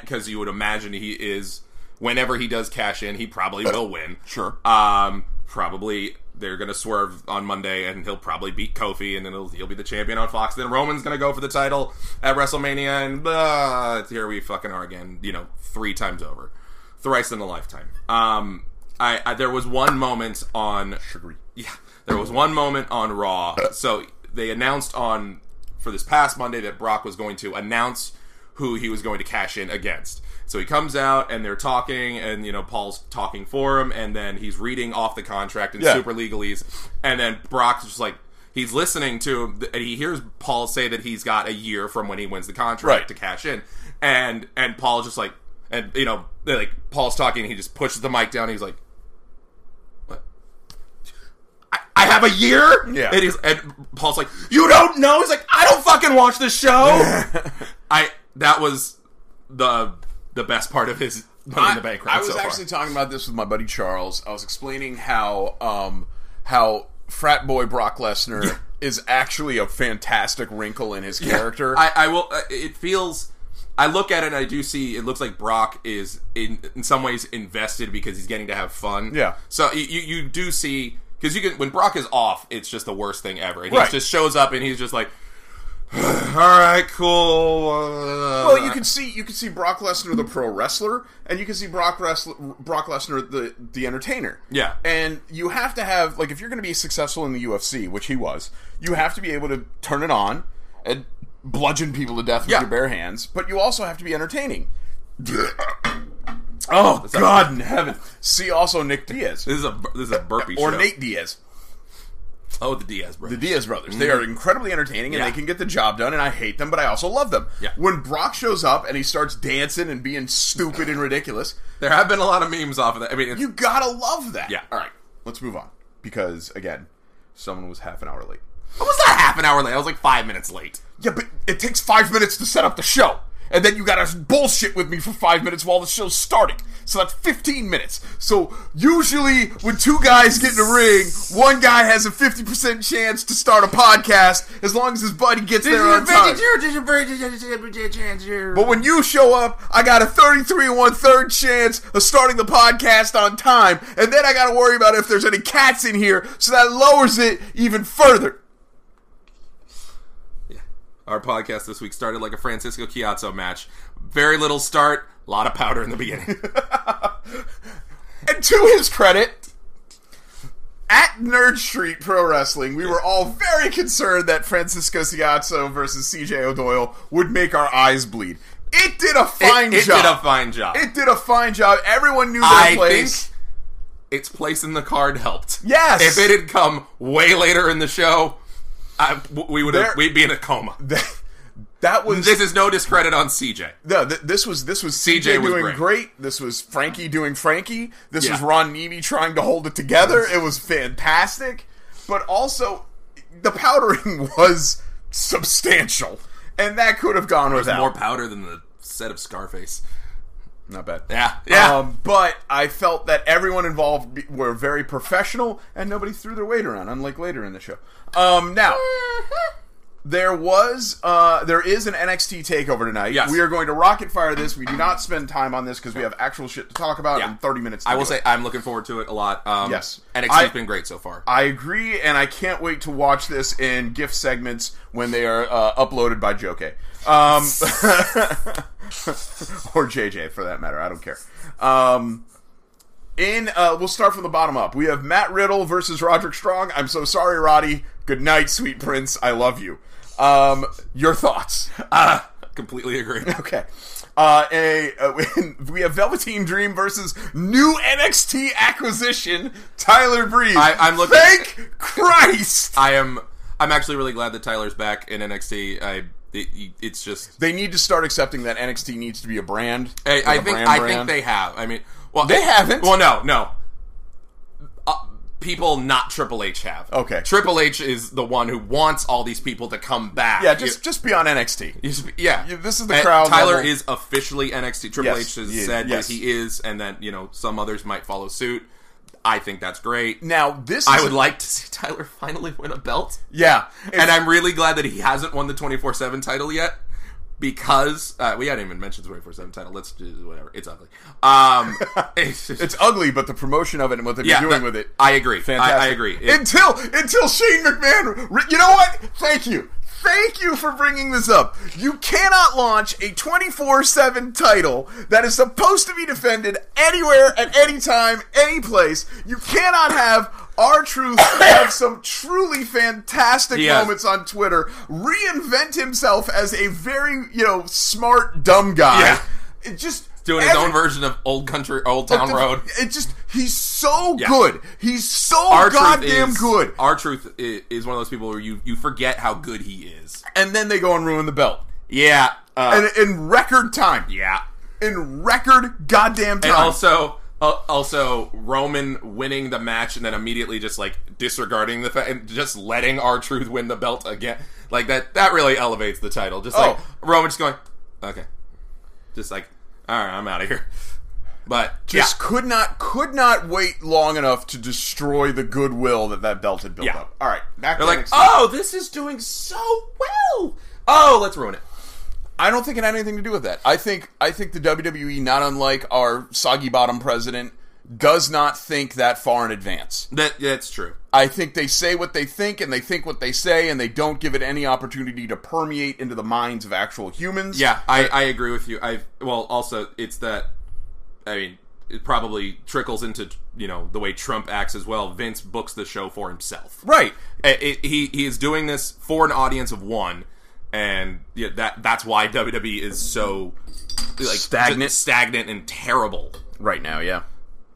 Speaker 1: because you would imagine he is whenever he does cash in, he probably will win.
Speaker 2: Sure.
Speaker 1: Um, probably they're gonna swerve on Monday, and he'll probably beat Kofi, and then he'll, he'll be the champion on Fox. Then Roman's gonna go for the title at WrestleMania, and uh, here we fucking are again. You know, three times over, thrice in a lifetime. Um, I, I there was one moment on
Speaker 2: Sugary.
Speaker 1: yeah, there was one moment on Raw. So they announced on for this past Monday that Brock was going to announce who he was going to cash in against. So he comes out and they're talking, and you know Paul's talking for him, and then he's reading off the contract and
Speaker 2: Yeah.
Speaker 1: super legalese, and then Brock's just like he's listening to him, and he hears Paul say that he's got a year from when he wins the contract
Speaker 2: Right.
Speaker 1: to cash in, and and Paul's just like and you know they're like Paul's talking, he just pushes the mic down, he's like, what? I have a year.
Speaker 2: Yeah.
Speaker 1: And, he's, and Paul's like, you don't know. He's like, I don't fucking watch the show. I that was the the best part of his money in the bank round
Speaker 2: I was
Speaker 1: so
Speaker 2: actually
Speaker 1: far.
Speaker 2: talking about this with my buddy Charles. I was explaining how um, how frat boy Brock Lesnar is actually a fantastic wrinkle in his character.
Speaker 1: I, I will. Uh, it feels. I look at it and I do see it looks like Brock is in in some ways invested because he's getting to have fun.
Speaker 2: Yeah.
Speaker 1: So you you, you do see because you can when Brock is off, it's just the worst thing ever. And
Speaker 2: Right.
Speaker 1: He just shows up and he's just like, all right, cool. uh,
Speaker 2: well, you can see you can see Brock Lesnar the pro wrestler, and you can see Brock Wrestl- Brock Lesnar the the entertainer.
Speaker 1: Yeah.
Speaker 2: and you have to have like if you're going to be successful in the UFC, which he was, you have to be able to turn it on and bludgeon people to death with
Speaker 1: Yeah.
Speaker 2: your bare hands, but you also have to be entertaining. oh God in heaven! See also Nick Diaz
Speaker 1: This is a this is a burpee
Speaker 2: or
Speaker 1: show.
Speaker 2: Nate Diaz.
Speaker 1: Oh, the Diaz brothers.
Speaker 2: The Diaz brothers. They are incredibly entertaining and
Speaker 1: Mm-hmm. Yeah.
Speaker 2: they can get the job done, and I hate them, but I also love them.
Speaker 1: Yeah.
Speaker 2: When Brock shows up and he starts dancing and being stupid and ridiculous,
Speaker 1: there have been a lot of memes off of that. I mean, it's,
Speaker 2: you gotta love that.
Speaker 1: Yeah.
Speaker 2: All right, let's move on. Because, again, someone was half an hour late.
Speaker 1: I was not half an hour late. I was like five minutes late.
Speaker 2: Yeah, but it takes five minutes to set up the show. And then you gotta bullshit with me for five minutes while the show's starting. So that's 15 minutes. So usually when two guys get in a ring, one guy has a 50% chance to start a podcast as long as his buddy gets there on time. But when you show up, I got a 33 and one third chance of starting the podcast on time. And then I got to worry about if there's any cats in here. So that lowers it even further.
Speaker 1: Yeah. Our podcast this week started like a Francisco Chiazzo match. Very little start, a lot of powder in the beginning.
Speaker 2: And to his credit, at Nerd Street Pro Wrestling, we were all very concerned that Francisco Ciazzo versus CJ O'Doyle would make our eyes bleed. It did a fine
Speaker 1: it, it
Speaker 2: job.
Speaker 1: did a fine job.
Speaker 2: it did a fine job. Everyone knew their
Speaker 1: I
Speaker 2: place.
Speaker 1: think its place in the card helped.
Speaker 2: Yes.
Speaker 1: If it had come way later in the show, I, w- we would
Speaker 2: There-
Speaker 1: have we'd be in a coma.
Speaker 2: that was
Speaker 1: This is no discredit on CJ.
Speaker 2: No, th- this was this was CJ,
Speaker 1: CJ was
Speaker 2: doing
Speaker 1: great.
Speaker 2: This was Frankie doing Frankie. This
Speaker 1: Yeah.
Speaker 2: was Ron Nemi trying to hold it together. It was fantastic, but also the powdering was substantial, and that could have gone without.
Speaker 1: More powder than the set of Scarface.
Speaker 2: Not bad.
Speaker 1: Yeah. Yeah.
Speaker 2: Um, but I felt that everyone involved be- were very professional, and nobody threw their weight around, unlike later in the show. Um, now.
Speaker 1: Mm-hmm.
Speaker 2: There was, uh, there is an NXT takeover tonight.
Speaker 1: Yes.
Speaker 2: We are going to rocket fire this. We do not spend time on this because we have actual shit to talk about
Speaker 1: Yeah.
Speaker 2: in 30 minutes. to
Speaker 1: I will
Speaker 2: do
Speaker 1: say
Speaker 2: it.
Speaker 1: I'm looking forward to it a lot. Um,
Speaker 2: Yes.
Speaker 1: NXT's
Speaker 2: I-
Speaker 1: been great so far.
Speaker 2: I agree, and I can't wait to watch this in GIF segments when they are uh, uploaded by Joke. Um, or JJ, for that matter. I don't care. Um, in uh, We'll start from the bottom up. We have Matt Riddle versus Roderick Strong. I'm so sorry, Roddy. Good night, sweet prince. I love you. Um, your thoughts.
Speaker 1: Uh, completely agree.
Speaker 2: Okay. Uh, a, uh, we- we have Velveteen Dream versus new NXT acquisition, Tyler Breeze.
Speaker 1: I- I'm looking-
Speaker 2: Thank Christ.
Speaker 1: I am. I'm actually really glad that Tyler's back in NXT. I. It, it's just.
Speaker 2: They need to start accepting that NXT needs to be a brand.
Speaker 1: I,
Speaker 2: like
Speaker 1: I
Speaker 2: a
Speaker 1: think.
Speaker 2: brand
Speaker 1: I
Speaker 2: brand.
Speaker 1: think they have. I mean, well,
Speaker 2: They haven't.
Speaker 1: Well, no, no. Uh, people not Triple H have.
Speaker 2: Okay.
Speaker 1: Triple H is the one who wants all these people to come back.
Speaker 2: Yeah, just just be on NXT.
Speaker 1: You- you sp- yeah.
Speaker 2: Yeah, this is the
Speaker 1: And
Speaker 2: crowd
Speaker 1: Tyler
Speaker 2: level.
Speaker 1: is officially NXT. Triple
Speaker 2: Yes,
Speaker 1: H has
Speaker 2: he is,
Speaker 1: said
Speaker 2: yes.
Speaker 1: that he is, and that you know some others might follow suit. I think that's great.
Speaker 2: Now this
Speaker 1: I
Speaker 2: is-
Speaker 1: would like to see Tyler finally win a belt.
Speaker 2: yeah,
Speaker 1: and I'm really glad that he hasn't won the 24 7 title yet because uh, we hadn't even mentioned the 24 7 title. Let's do whatever. It's ugly. Um, it's, just-
Speaker 2: it's ugly, but the promotion of it and what they've
Speaker 1: yeah,
Speaker 2: been doing
Speaker 1: that-
Speaker 2: with it,
Speaker 1: I agree.
Speaker 2: fantastic.
Speaker 1: I, I agree. It-
Speaker 2: until until Shane McMahon, re- you know what? Thank you, thank you for bringing this up. You cannot launch a twenty four seven title that is supposed to be defended anywhere at any time, any place. You cannot have. Our truth have some truly fantastic
Speaker 1: He has.
Speaker 2: moments on Twitter. Reinvent himself as a very, you know, smart dumb guy.
Speaker 1: Yeah.
Speaker 2: It just
Speaker 1: doing his
Speaker 2: every-
Speaker 1: own version of Old Country, Old Town
Speaker 2: the-
Speaker 1: Road.
Speaker 2: It just he's so good. He's so
Speaker 1: Our-Truth
Speaker 2: goddamn
Speaker 1: is-
Speaker 2: good.
Speaker 1: R-Truth i- is one of those people where you, you forget how good he is.
Speaker 2: And then they go and ruin the belt.
Speaker 1: Yeah. Uh,
Speaker 2: And in record time.
Speaker 1: yeah.
Speaker 2: In record goddamn time.
Speaker 1: And also, uh, also Roman winning the match and then immediately just like disregarding the fact and just letting our truth win the belt again, like that. That really elevates the title. Just like
Speaker 2: Oh.
Speaker 1: Roman just going, okay, just like, all right, I'm out of here. But
Speaker 2: just
Speaker 1: just
Speaker 2: could not could not wait long enough to destroy the goodwill that that belt had built
Speaker 1: Yeah.
Speaker 2: up. All right, back
Speaker 1: they're
Speaker 2: to
Speaker 1: like,
Speaker 2: NXT.
Speaker 1: oh, this is doing so well. Oh, let's ruin it.
Speaker 2: I don't think it had anything to do with that. I think I think the WWE, not unlike our soggy bottom president, does not think that far in advance.
Speaker 1: That that's true.
Speaker 2: I think they say what they think and they think what they say and they don't give it any opportunity to permeate into the minds of actual humans.
Speaker 1: Yeah, I, I agree with you. I well, also it's that I mean it probably trickles into you know the way Trump acts as well. Vince books the show for himself.
Speaker 2: Right.
Speaker 1: I- I- he he is doing this for an audience of one, and yeah, that that's why WWE is so like
Speaker 2: Stagnant.
Speaker 1: just stagnant, and terrible.
Speaker 2: Right now, yeah.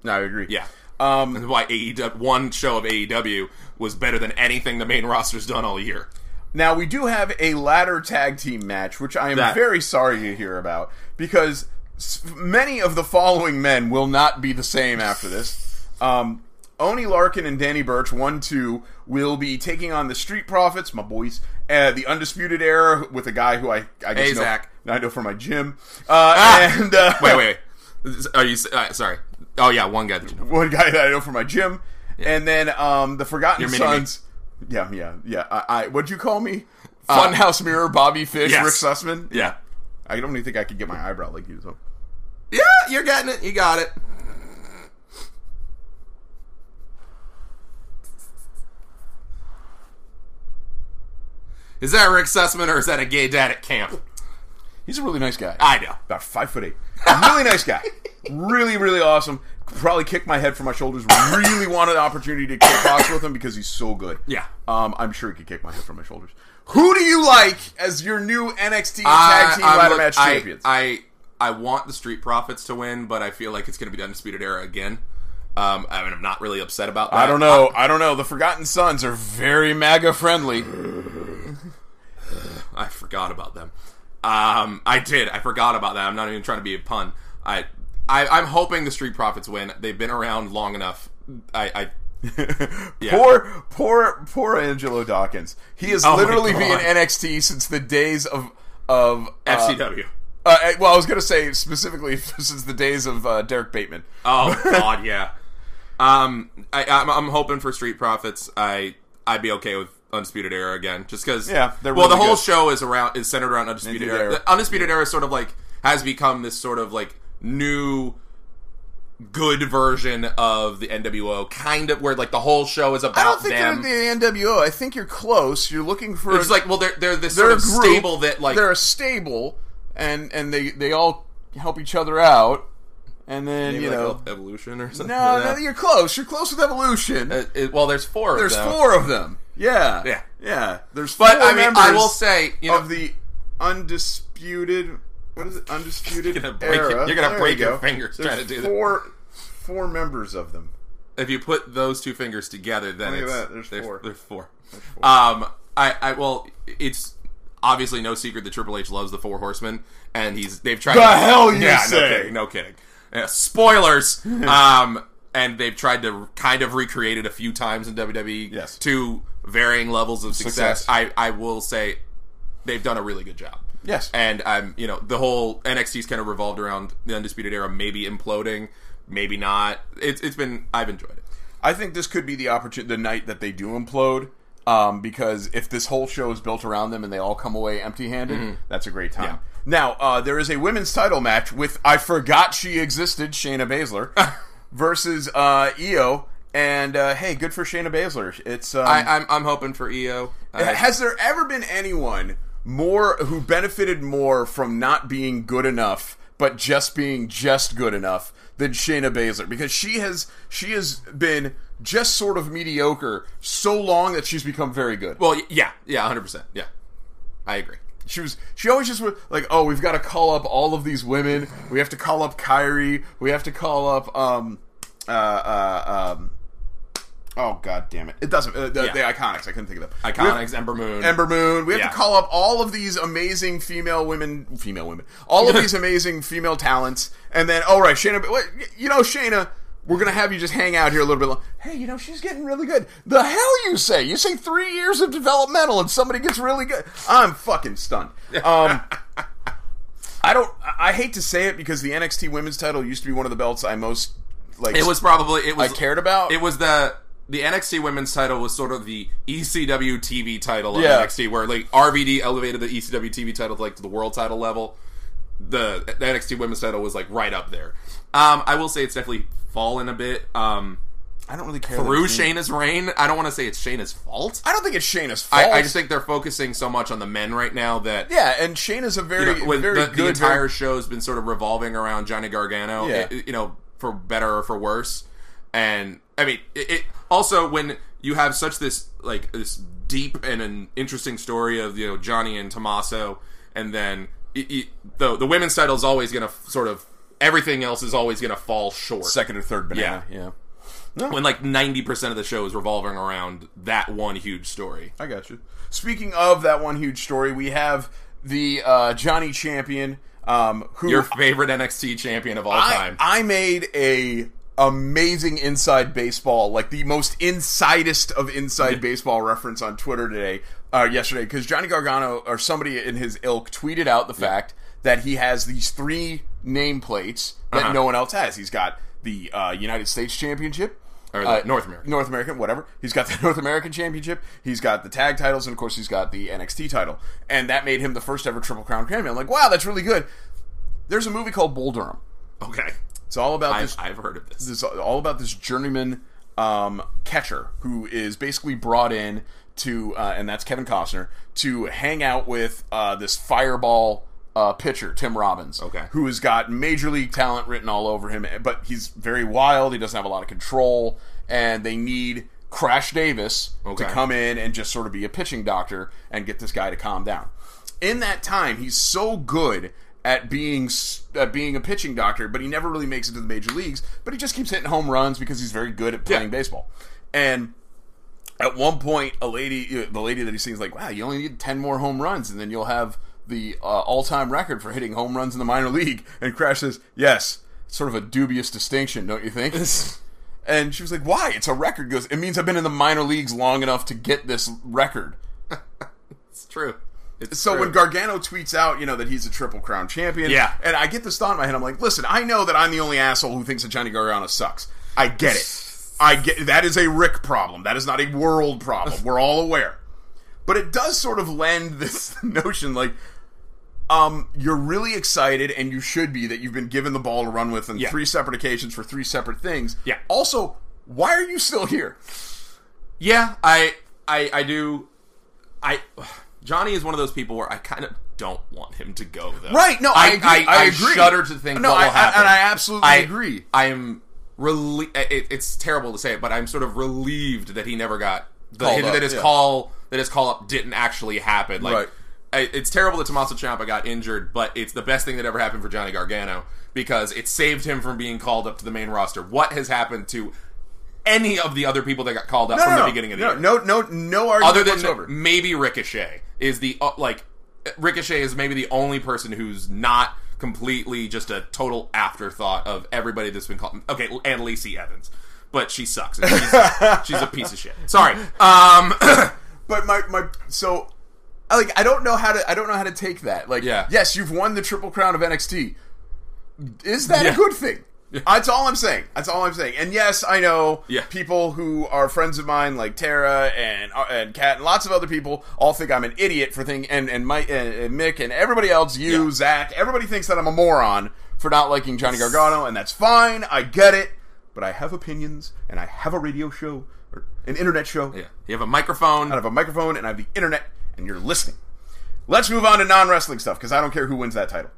Speaker 2: No, I agree.
Speaker 1: Yeah.
Speaker 2: Um
Speaker 1: That's why AEW, one show of AEW was better than anything the main roster's done all year.
Speaker 2: now we do have a ladder tag team match which I am
Speaker 1: That-
Speaker 2: very sorry to hear about because s- many of the following men will not be the same after this. Um Oni Larkin and Danny Burch, 1 2, will be taking on the Street Profits, my boys, uh, the Undisputed Era with a guy who I, I guess
Speaker 1: Hey,
Speaker 2: know,
Speaker 1: Zach.
Speaker 2: I know from my gym. Uh,
Speaker 1: Ah!
Speaker 2: And uh,
Speaker 1: Wait, wait, wait. are you s- uh, sorry? Oh yeah, one guy that you know.
Speaker 2: one guy that I know from my gym, and then um, the Forgotten
Speaker 1: Your mini-me.
Speaker 2: Sons. Yeah, yeah, yeah. I, I what'd you call me? Funhouse Mirror, Bobby Fish,
Speaker 1: Yes.
Speaker 2: Rick Sussman.
Speaker 1: Yeah,
Speaker 2: I don't even think I could get my eyebrow like you. So
Speaker 1: yeah, you're getting it. You got it. Is that Rick Sussman or is that a gay dad at camp?
Speaker 2: he's a really nice guy.
Speaker 1: I know.
Speaker 2: Ah, About five foot eight. Really nice guy. Really, really awesome. Could Probably kicked my head from my shoulders. Really wanted an opportunity to kick box with him because he's so good.
Speaker 1: Yeah.
Speaker 2: Um, I'm sure he could kick my head from my shoulders. Who do you like as your new NXT
Speaker 1: I-
Speaker 2: Tag Team
Speaker 1: I'm
Speaker 2: Ladder
Speaker 1: look-
Speaker 2: Match
Speaker 1: I-
Speaker 2: Champions?
Speaker 1: I, I want the Street Profits to win, but I feel like it's going to be the Undisputed Era again. Um, I mean, I'm not really upset about that.
Speaker 2: I don't know. I don't know. The Forgotten Sons are very MAGA friendly.
Speaker 1: I, I forgot about them. Um, I did. I forgot about that. I'm not even trying to be a pun. I, I I'm hoping the Street Profits win. They've been around long enough. I, I
Speaker 2: Poor, poor, poor Angelo Dawkins. He has
Speaker 1: Oh my
Speaker 2: literally been in
Speaker 1: God.
Speaker 2: NXT since the days of of uh,
Speaker 1: FCW.
Speaker 2: Uh, well, I was gonna say specifically since the days of uh, Derek Bateman.
Speaker 1: Oh God, yeah. Um, I, I'm, I'm hoping for Street Profits. I I'd be okay with Undisputed Era again, just because.
Speaker 2: Yeah, they're
Speaker 1: well, the
Speaker 2: really
Speaker 1: whole
Speaker 2: good.
Speaker 1: show is around is centered around Undisputed
Speaker 2: Undisputed
Speaker 1: Era.
Speaker 2: Era.
Speaker 1: The Undisputed Era sort of like has become this sort of like new good version of the NWO, kind of where like the whole show is about
Speaker 2: I don't think
Speaker 1: them.
Speaker 2: they're the NWO. I think you're close. You're looking for
Speaker 1: it's like well, they're they're this
Speaker 2: they're
Speaker 1: sort
Speaker 2: a
Speaker 1: of
Speaker 2: group.
Speaker 1: stable that like
Speaker 2: they're a stable, and and they they all help each other out, and then
Speaker 1: maybe
Speaker 2: you
Speaker 1: like
Speaker 2: know.
Speaker 1: evolution or something.
Speaker 2: No,
Speaker 1: like that.
Speaker 2: no, you're close. You're close with Evolution.
Speaker 1: Uh, it- well, there's four. of
Speaker 2: There's
Speaker 1: them.
Speaker 2: four of them. Yeah.
Speaker 1: Yeah.
Speaker 2: Yeah. There's four
Speaker 1: But I mean, I
Speaker 2: members
Speaker 1: will say, you know,
Speaker 2: of the undisputed what is it? Undisputed
Speaker 1: You're gonna break your-
Speaker 2: Era.
Speaker 1: you're gonna
Speaker 2: There we
Speaker 1: break your
Speaker 2: go.
Speaker 1: fingers
Speaker 2: There's
Speaker 1: trying to do that.
Speaker 2: four, Four members of them.
Speaker 1: if you put those two fingers together, then
Speaker 2: Look at
Speaker 1: it's
Speaker 2: that, there's four.
Speaker 1: There's four. Um, I, I, well, it's obviously no secret that Triple H loves the Four Horsemen, and he's they've tried.
Speaker 2: The hell you
Speaker 1: yeah,
Speaker 2: say?
Speaker 1: No kidding. No kidding. Yeah, spoilers. um, and they've tried to kind of recreate it a few times in WWE.
Speaker 2: Yes.
Speaker 1: To varying levels of success.
Speaker 2: Success.
Speaker 1: I, I will say, they've done a really good job.
Speaker 2: Yes.
Speaker 1: And I'm, you know, the whole NXT's kind of revolved around the Undisputed Era maybe imploding, maybe not. It's it's been I've enjoyed it.
Speaker 2: I think this could be the opportunity, the night that they do implode. Um, because if this whole show is built around them and they all come away empty-handed, that's a great time. Now uh, there is a women's title match with I forgot she existed, Shayna Baszler versus uh, Io. And uh, hey, good for Shayna Baszler. It's um,
Speaker 1: I, I'm I'm hoping for EO. I-
Speaker 2: Has there ever been anyone more who benefited more from not being good enough, but just being just good enough than Shayna Baszler? Because she has she has been just sort of mediocre so long that she's become very good.
Speaker 1: well, y- yeah, yeah, 100. percent Yeah, I agree.
Speaker 2: She was she always just was like, oh, we've got to call up all of these women. We have to call up Kyrie. We have to call up um uh uh um. Oh god damn it! It doesn't. Uh, the,
Speaker 1: Yeah.
Speaker 2: the iconics. I couldn't think of them. We have-
Speaker 1: Iconics, Ember Moon.
Speaker 2: Ember Moon. We have
Speaker 1: Yeah.
Speaker 2: to call up all of these amazing female women, female women, all of these amazing female talents, and then all right, Shayna. Wait, you know, Shayna, we're gonna have you just hang out here a little bit. Long. Hey, you know, she's getting really good. The hell you say? You say three years of developmental, and somebody gets really good. I'm fucking stunned. Um. I don't. I I hate to say it because the NXT Women's Title used to be one of the belts I most like.
Speaker 1: It was probably it
Speaker 2: I
Speaker 1: was
Speaker 2: cared about.
Speaker 1: it was the the NXT Women's title was sort of the E ECW TV title of
Speaker 2: Yeah.
Speaker 1: NXT, where like RVD elevated the E ECW TV title to like to the world title level. The, the NXT Women's title was like right up there. Um, I will say it's definitely fallen a bit um,
Speaker 2: I don't really care that
Speaker 1: through
Speaker 2: it's Shayna-
Speaker 1: Shayna's reign. I don't want to say it's Shayna's fault.
Speaker 2: I don't think it's Shayna's fault.
Speaker 1: I, I just think they're focusing so much on the men right now that
Speaker 2: yeah, and Shayna's a very,
Speaker 1: you know, when
Speaker 2: very
Speaker 1: the, the
Speaker 2: good, very-
Speaker 1: entire show's been sort of revolving around Johnny Gargano,
Speaker 2: Yeah.
Speaker 1: i- you know, for better or for worse. And I mean, it, it also when you have such this like this deep and an interesting story of you know Johnny and Tommaso, and then it, it, the the women's title is always going to sort of everything else is always going to fall short.
Speaker 2: second or third banana. Yeah,
Speaker 1: When like ninety percent of the show is revolving around that one huge story.
Speaker 2: I got you. Speaking of that one huge story, we have the uh, Johnny Champion, um, who
Speaker 1: Your favorite NXT champion of all
Speaker 2: I,
Speaker 1: time.
Speaker 2: I made a amazing inside baseball, like the most insidest of inside baseball reference on Twitter today, uh, yesterday, because Johnny Gargano or somebody in his ilk tweeted out the fact that he has these three nameplates that
Speaker 1: Uh-huh.
Speaker 2: no one else has. He's got the uh, United States Championship. uh,
Speaker 1: Or the North American.
Speaker 2: North American, whatever. He's got the North American Championship. He's got the tag titles, and of course, he's got the NXT title. And that made him the first ever Triple Crown champion. I'm like, wow, that's really good. There's a movie called Bull Durham.
Speaker 1: okay,
Speaker 2: It's all about
Speaker 1: I've,
Speaker 2: this.
Speaker 1: I've heard of this.
Speaker 2: It's all about this journeyman um, catcher who is basically brought in to, uh, and that's Kevin Costner, to hang out with uh, this fireball uh, pitcher, Tim Robbins,
Speaker 1: Okay.
Speaker 2: who has got major league talent written all over him, but he's very wild. He doesn't have a lot of control, and they need Crash Davis
Speaker 1: Okay.
Speaker 2: to come in and just sort of be a pitching doctor and get this guy to calm down. In that time, he's so good at being s- at being a pitching doctor, but he never really makes it to the major leagues. But he just keeps hitting home runs because he's very good at playing
Speaker 1: Yeah.
Speaker 2: baseball. And at one point, a lady, the lady that he sings, like, "Wow, you only need ten more home runs, and then you'll have the uh, all-time record for hitting home runs in the minor league." And Crash says, "Yes, sort of a dubious distinction, don't you think?" and she was like, "Why? It's a record." He Goes, "It means I've been in the minor leagues long enough to get this record."
Speaker 1: It's true. It's
Speaker 2: So
Speaker 1: true.
Speaker 2: when Gargano tweets out, you know, that he's a triple crown champion,
Speaker 1: Yeah.
Speaker 2: and I get this thought in my head, I'm like, listen, I know that I'm the only asshole who thinks that Johnny Gargano sucks. I get it. I get that is a Rick problem. That is not a world problem. We're all aware. But it does sort of lend this notion like um, you're really excited, and you should be that you've been given the ball to run with on
Speaker 1: Yeah.
Speaker 2: three separate occasions for three separate things.
Speaker 1: Yeah.
Speaker 2: Also, why are you still here?
Speaker 1: Yeah, I I I do I Johnny is one of those people where I kind of don't want him to go though.
Speaker 2: Right, no, I agree, I agree.
Speaker 1: shudder to think
Speaker 2: No,
Speaker 1: what
Speaker 2: I-
Speaker 1: will
Speaker 2: I-
Speaker 1: happen.
Speaker 2: and I absolutely agree.
Speaker 1: I am relie- it, it's terrible to say it, but I'm sort of relieved that he never got the,
Speaker 2: Called
Speaker 1: that
Speaker 2: up,
Speaker 1: his
Speaker 2: yeah.
Speaker 1: call that his call up didn't actually happen. Like
Speaker 2: Right.
Speaker 1: I- it's terrible that Tommaso Ciampa got injured, but it's the best thing that ever happened for Johnny Gargano because it saved him from being called up to the main roster. What has happened to any of the other people that got called up from the beginning of the
Speaker 2: no,
Speaker 1: year?
Speaker 2: no, no, no argument
Speaker 1: Other than
Speaker 2: whatsoever.
Speaker 1: maybe Ricochet is the uh, like Ricochet is maybe the only person who's not completely just a total afterthought of everybody that's been called. Okay, and Lacey Evans, but she sucks. And she's, she's a piece of shit. Sorry. Um,
Speaker 2: But my my so I like I don't know how to I don't know how to take that. Like
Speaker 1: Yeah.
Speaker 2: yes, you've won the triple crown of NXT. Is that a
Speaker 1: Yeah.
Speaker 2: good thing? That's all I'm saying. That's all I'm saying. And yes, I know
Speaker 1: Yeah.
Speaker 2: people who are friends of mine, like Tara and uh, and Kat and lots of other people, all think I'm an idiot for thinking. And and Mike and, and Mick and everybody else, you
Speaker 1: Yeah.
Speaker 2: Zach, everybody thinks that I'm a moron for not liking Johnny Gargano, and that's fine. I get it. But I have opinions, and I have a radio show or an internet show,
Speaker 1: yeah, you have a microphone.
Speaker 2: I have a microphone and I have the internet, and you're listening. Let's move on to non wrestling stuff because I don't care who wins that title.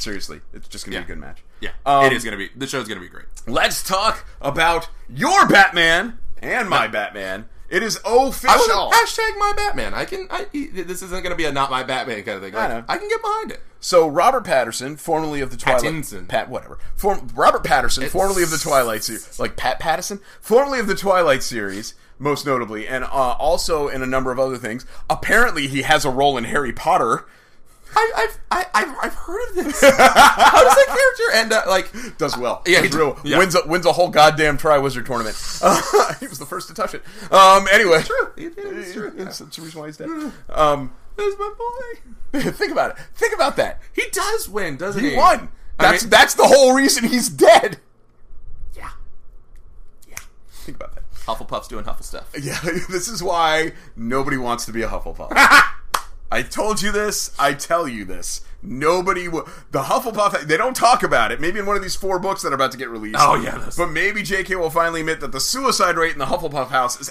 Speaker 2: Seriously, it's just gonna
Speaker 1: Yeah.
Speaker 2: be a good match.
Speaker 1: Yeah,
Speaker 2: Um,
Speaker 1: it is gonna be. The show's gonna be great.
Speaker 2: Let's talk about your Batman and my Batman. It is
Speaker 1: I was
Speaker 2: official.
Speaker 1: hashtag my Batman. I can. I, e, this isn't gonna be a not my Batman kind of thing. Like,
Speaker 2: know.
Speaker 1: I, can get behind it.
Speaker 2: So Robert Patterson, formerly of the Twilight,
Speaker 1: Pattinson.
Speaker 2: Pat whatever, Form, Robert Patterson, formerly of the Twilight series, like Pat Patterson, formerly of the Twilight series, most notably, and uh, also in a number of other things. Apparently, he has a role in Harry Potter.
Speaker 1: I, I've I, I've I've heard of this. How does that character end up? Like,
Speaker 2: does well.
Speaker 1: Yeah,
Speaker 2: Does
Speaker 1: he-
Speaker 2: real.
Speaker 1: yeah.
Speaker 2: Wins a, wins a whole goddamn Triwizard tournament. Uh, he was the first to touch it. Um. Anyway,
Speaker 1: true. It is true. Yeah.
Speaker 2: It's, it's the reason why he's dead. Um.
Speaker 1: There's my boy.
Speaker 2: think about it. Think about that.
Speaker 1: He does win, doesn't he?
Speaker 2: He won.
Speaker 1: I
Speaker 2: That's
Speaker 1: mean-
Speaker 2: that's the whole reason he's dead.
Speaker 1: Yeah.
Speaker 2: Think about that.
Speaker 1: Hufflepuff's doing Huffle stuff.
Speaker 2: Yeah. This is why nobody wants to be a Hufflepuff. I told you this. I tell you this. Nobody, w- the Hufflepuff, they don't talk about it. Maybe in one of these four books that are about to get released.
Speaker 1: Oh, yeah, that's-
Speaker 2: But maybe J.K. will finally admit that the suicide rate in the Hufflepuff house is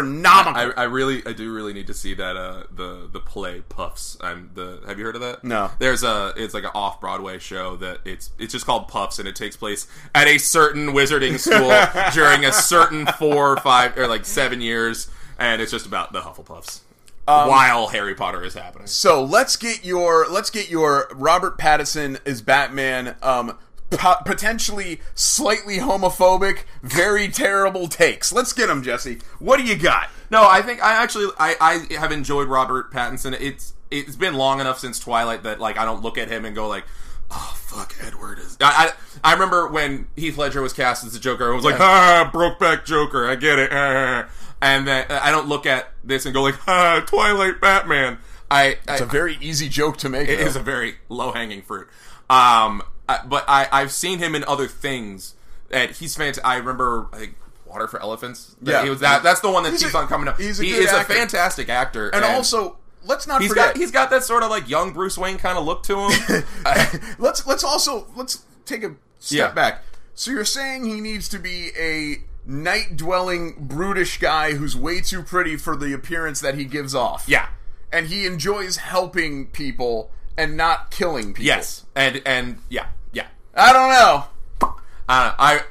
Speaker 2: astronomical.
Speaker 1: I, I really, I do really need to see that uh the the play Puffs. I'm the. Have you heard of that?
Speaker 2: No.
Speaker 1: There's a. It's like an off Broadway show that it's it's just called Puffs, and it takes place at a certain wizarding school during a certain four or five or like seven years, and it's just about the Hufflepuffs
Speaker 2: Um,
Speaker 1: while Harry Potter is happening.
Speaker 2: So let's get your let's get your Robert Pattinson as Batman, um, po- potentially slightly homophobic, very terrible takes. Let's get him, Jesse. What do you got?
Speaker 1: No, I think I actually I, I have enjoyed Robert Pattinson. It's it's been long enough since Twilight that like I don't look at him and go like, oh fuck, Edward is. I I, I remember when Heath Ledger was cast as the Joker, I was like, ah, Brokeback Joker, I get it. ah." And then I don't look at this and go like, ah, Twilight Batman. I, I
Speaker 2: It's a very easy joke to make.
Speaker 1: it is a very low hanging fruit. Um, I, but I, I've seen him in other things. And he's fantastic. I remember I think Water for Elephants.
Speaker 2: Yeah.
Speaker 1: he was that. That's the one that
Speaker 2: He's
Speaker 1: keeps
Speaker 2: a-
Speaker 1: on coming up.
Speaker 2: he's a
Speaker 1: he
Speaker 2: good
Speaker 1: is
Speaker 2: actor.
Speaker 1: a fantastic actor,
Speaker 2: and also let's not
Speaker 1: he's
Speaker 2: forget
Speaker 1: got he's got that sort of like young Bruce Wayne kind of look to him.
Speaker 2: let's let's also let's take a step
Speaker 1: Yeah.
Speaker 2: back. So you're saying he needs to be a night dwelling brutish guy who's way too pretty for the appearance that he gives off.
Speaker 1: Yeah.
Speaker 2: And he enjoys helping people and not killing people.
Speaker 1: yes, and and yeah, yeah.
Speaker 2: I don't know.
Speaker 1: Uh, I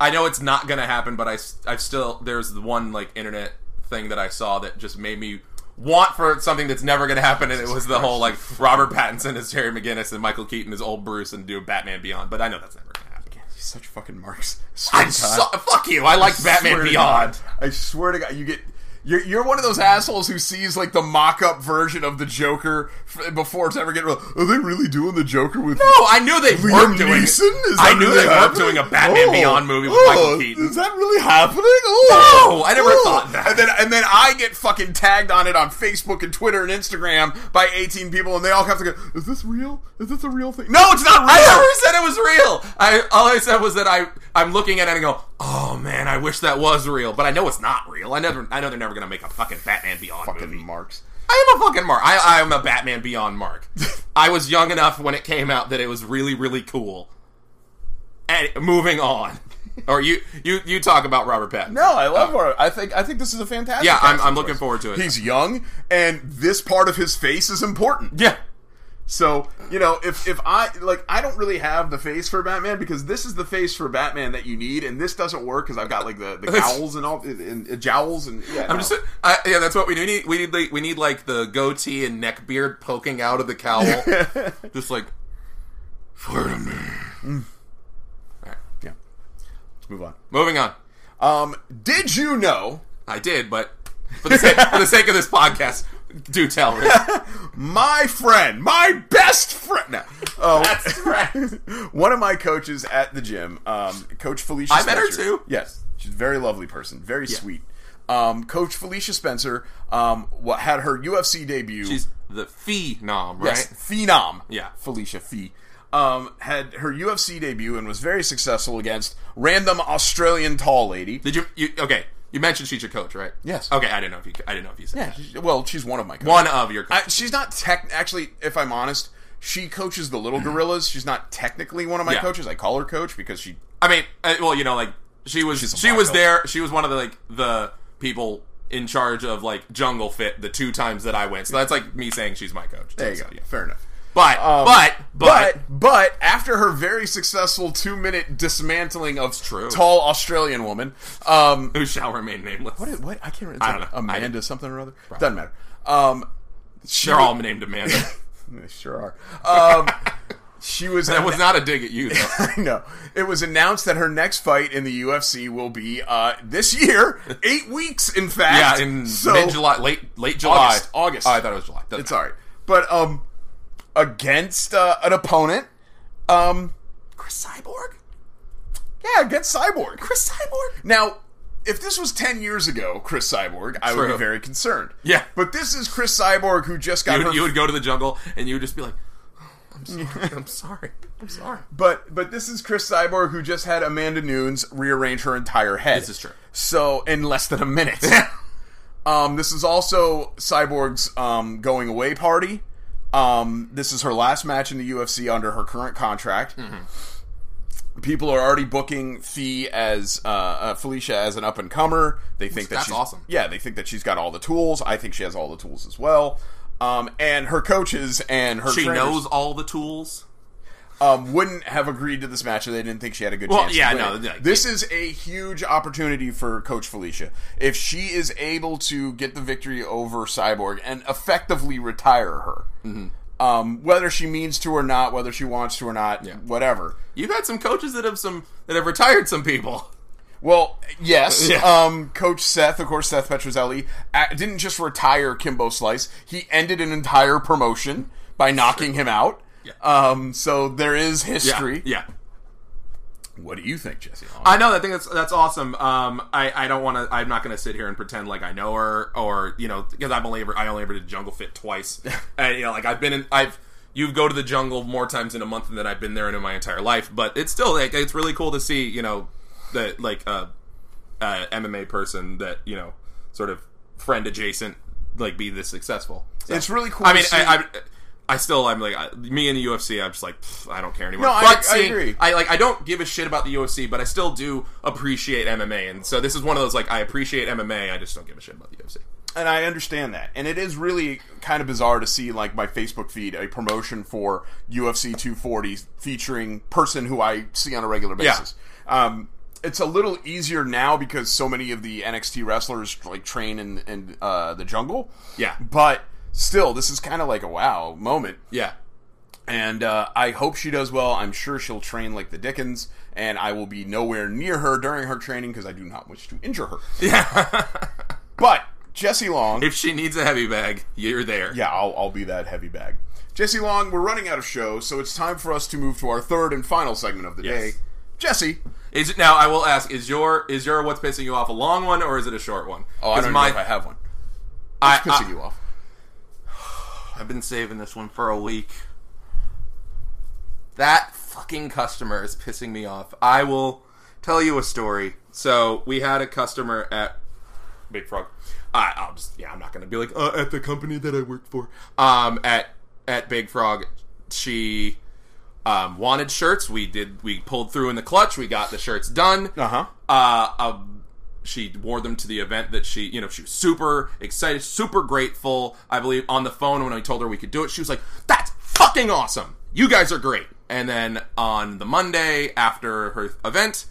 Speaker 1: I know it's not gonna happen, but I s- I've still there's the one like internet thing that I saw that just made me want for something that's never gonna happen, and it was the whole like Robert Pattinson as Terry McGinnis and Michael Keaton as old Bruce and do Batman Beyond, but I know that's never gonna happen.
Speaker 2: He's such fucking marks.
Speaker 1: I so, fuck you. I like Batman
Speaker 2: swear to
Speaker 1: Beyond.
Speaker 2: God. I swear to God, you get. You're, you're one of those assholes who sees like the mock-up version of the Joker f- before it's ever get real. Are they really doing the Joker with?
Speaker 1: No, Oh, I knew they
Speaker 2: Liam
Speaker 1: were doing.
Speaker 2: Neeson? Is
Speaker 1: I
Speaker 2: that
Speaker 1: knew
Speaker 2: really
Speaker 1: they
Speaker 2: happening?
Speaker 1: were doing a Batman
Speaker 2: Oh,
Speaker 1: Beyond movie with
Speaker 2: oh,
Speaker 1: Michael Keaton.
Speaker 2: Is that really happening? Oh,
Speaker 1: No, I never
Speaker 2: oh.
Speaker 1: thought that.
Speaker 2: And then and then I get fucking tagged on it on Facebook and Twitter and Instagram by 18 people, and they all have to go, "Is this real? Is this a real thing?" No, it's not real.
Speaker 1: I never said it was real. I all I said was that I I'm looking at it and go, oh man, I wish that was real, but I know it's not real. I never I know they're never gonna make a fucking Batman Beyond
Speaker 2: fucking
Speaker 1: movie.
Speaker 2: marks.
Speaker 1: I am a fucking mark. I I'm a Batman Beyond mark. I was young enough when it came out that it was really really cool. And moving on, or you you you talk about Robert Pattinson.
Speaker 2: No, I love her. I think I think this is a fantastic.
Speaker 1: yeah, I'm
Speaker 2: casting
Speaker 1: I'm looking
Speaker 2: choice.
Speaker 1: forward to it.
Speaker 2: He's young, and this part of his face is important.
Speaker 1: yeah.
Speaker 2: So you know, if if I like, I don't really have the face for Batman because this is the face for Batman that you need, and this doesn't work because I've got like the, the jowls and all and, and jowls and yeah.
Speaker 1: I'm
Speaker 2: no.
Speaker 1: just, I, yeah, that's what we need. We need, like, we need like the goatee and neck beard poking out of the cowl, just like for me.
Speaker 2: yeah. Let's move on.
Speaker 1: Moving on.
Speaker 2: Um, did you know
Speaker 1: I did, but for the sake, for the sake of this podcast, do tell. Rick.
Speaker 2: my friend, my best friend? No. Oh,
Speaker 1: That's right.
Speaker 2: one of my coaches at the gym, um, Coach Felicia.
Speaker 1: I met her
Speaker 2: Spencer-
Speaker 1: too.
Speaker 2: Yes, she's a very lovely person, very sweet. Um, Coach Felicia Spencer, um, what had her UFC debut?
Speaker 1: She's the phenom, right?
Speaker 2: Yes, phenom.
Speaker 1: Yeah.
Speaker 2: Felicia Fee. Um, had her UFC debut and was very successful against random Australian tall lady.
Speaker 1: Did you, you? Okay, you mentioned she's your coach, right?
Speaker 2: Yes.
Speaker 1: Okay, I didn't know if you. I didn't know if you said. that.
Speaker 2: Well, she's one of my coaches.
Speaker 1: One of your
Speaker 2: I,
Speaker 1: coaches.
Speaker 2: she's not tech. Actually, if I'm honest, she coaches the little gorillas. She's not technically one of my
Speaker 1: Mm-hmm. Yeah.
Speaker 2: coaches. I call her coach because she.
Speaker 1: I mean, uh, well, you know, like she was.
Speaker 2: She's a
Speaker 1: She was
Speaker 2: black belt.
Speaker 1: there. She was one of the like the people in charge of like Jungle Fit the two times that I went. So that's like me saying she's my coach.
Speaker 2: There you go.
Speaker 1: So, yeah.
Speaker 2: Fair enough.
Speaker 1: But,
Speaker 2: Um,
Speaker 1: but but
Speaker 2: but but after her very successful two minute dismantling of
Speaker 1: true.
Speaker 2: tall Australian woman, um,
Speaker 1: who shall remain nameless?
Speaker 2: What? What? I can't remember.
Speaker 1: I don't know. I
Speaker 2: Amanda
Speaker 1: didn't-
Speaker 2: something or other. Doesn't matter. Um, she
Speaker 1: They're all named Amanda.
Speaker 2: They sure are. Um, she was.
Speaker 1: that was not a dig at you though.
Speaker 2: no. It was announced that her next fight in the UFC will be uh, this year, eight weeks in fact.
Speaker 1: yeah, in
Speaker 2: So-
Speaker 1: mid July, late late July,
Speaker 2: August, August.
Speaker 1: Oh, I thought it was July. Doesn't
Speaker 2: It's
Speaker 1: matter.
Speaker 2: all right, but um, against uh, an opponent, um,
Speaker 1: Chris Cyborg.
Speaker 2: yeah, against Cyborg.
Speaker 1: Chris Cyborg.
Speaker 2: Now, if this was 10 years ago, Chris Cyborg, I would
Speaker 1: True.
Speaker 2: be very concerned.
Speaker 1: Yeah.
Speaker 2: But this is Chris Cyborg who just got
Speaker 1: You,
Speaker 2: her
Speaker 1: would- you would go to the jungle and you would just be like, "Oh, I'm sorry, I'm sorry, I'm sorry.
Speaker 2: But but this is Chris Cyborg who just had Amanda Nunes rearrange her entire head.
Speaker 1: This is true.
Speaker 2: So in less than a minute. um, this is also Cyborg's um, going away party. Um, this is her last match in the UFC under her current contract.
Speaker 1: Mm-hmm.
Speaker 2: People are already booking Fee as uh, uh, Felicia as an up and comer. They think that
Speaker 1: that's
Speaker 2: she's
Speaker 1: awesome.
Speaker 2: Yeah, they think that she's got all the tools. I think she has all the tools as well. Um, and her coaches and her
Speaker 1: She
Speaker 2: trainers-
Speaker 1: knows all the tools.
Speaker 2: um, wouldn't have agreed to this match if they didn't think she had a good
Speaker 1: Well,
Speaker 2: chance.
Speaker 1: yeah,
Speaker 2: to win.
Speaker 1: no, yeah.
Speaker 2: this is a huge opportunity for Coach Felicia. If she is able to get the victory over Cyborg and effectively retire her,
Speaker 1: Mm-hmm.
Speaker 2: um, whether she means to or not, whether she wants to or not, whatever.
Speaker 1: You've had some coaches that have some that have retired some people.
Speaker 2: Well, yes.
Speaker 1: Yeah.
Speaker 2: Um, Coach Seth, of course, Seth Petrozelli, a- didn't just retire Kimbo Slice. He ended an entire promotion by knocking him out.
Speaker 1: Yeah.
Speaker 2: Um, so there is
Speaker 1: Yeah,
Speaker 2: history.
Speaker 1: yeah.
Speaker 2: What do you think, Jesse? Long?
Speaker 1: I know. I think that's that's awesome. Um, I I don't want to. I'm not going to sit here and pretend like I know her or you know because I've only ever I only ever did Jungle Fit twice. and you know, like I've been in I've you go to the jungle more times in a month than I've been there in my entire life. But it's still like it's really cool to see you know that like uh, uh MMA person that you know sort of friend adjacent like be this successful. So-
Speaker 2: It's really cool
Speaker 1: I
Speaker 2: to
Speaker 1: mean,
Speaker 2: see.
Speaker 1: I, I, I still, I'm like, I, me in the UFC, I'm just like, pff, I don't care anymore.
Speaker 2: No, I-
Speaker 1: but
Speaker 2: I
Speaker 1: seeing-
Speaker 2: agree.
Speaker 1: I like, I don't give a shit about the UFC, but I still do appreciate MMA, and so this is one of those like, I appreciate MMA, I just don't give a shit about the UFC.
Speaker 2: and I understand that. And it is really kind of bizarre to see like my Facebook feed a promotion for UFC 240 featuring person who I see on a regular basis. Um, it's a little easier now because so many of the NXT wrestlers like train in in uh, the jungle.
Speaker 1: Yeah.
Speaker 2: but still, this is kind of like a wow moment.
Speaker 1: Yeah,
Speaker 2: And uh, I hope she does well. I'm sure she'll train like the Dickens, and I will be nowhere near her during her training because I do not wish to injure her.
Speaker 1: yeah.
Speaker 2: But Jesse Long,
Speaker 1: if she needs a heavy bag, you're there.
Speaker 2: Yeah, I'll, I'll be that heavy bag. Jesse Long, we're running out of show, so it's time for us to move to our third and final segment of the
Speaker 1: Yes.
Speaker 2: day. Jesse,
Speaker 1: Is it, now I will ask: Is your is your what's pissing you off a long one or is it a short one?
Speaker 2: oh, I
Speaker 1: 'Cause
Speaker 2: don't
Speaker 1: my-
Speaker 2: know if I have one.
Speaker 1: I-
Speaker 2: It's pissing
Speaker 1: I-
Speaker 2: you off.
Speaker 1: I've been saving this one for a week. That fucking customer is pissing me off. I will tell you a story. So we had a customer at Big Frog. I, I'll just yeah, I'm not gonna be like uh, at the company that I work for. Um, at at Big Frog, she um, wanted shirts. We did. We pulled through in the clutch. We got the shirts done
Speaker 2: Uh-huh.
Speaker 1: uh, um, she wore them to the event that she, you know, she was super excited, super grateful. I believe on the phone when I told her we could do it, she was like, "That's fucking awesome. You guys are great. And then on the Monday after her event,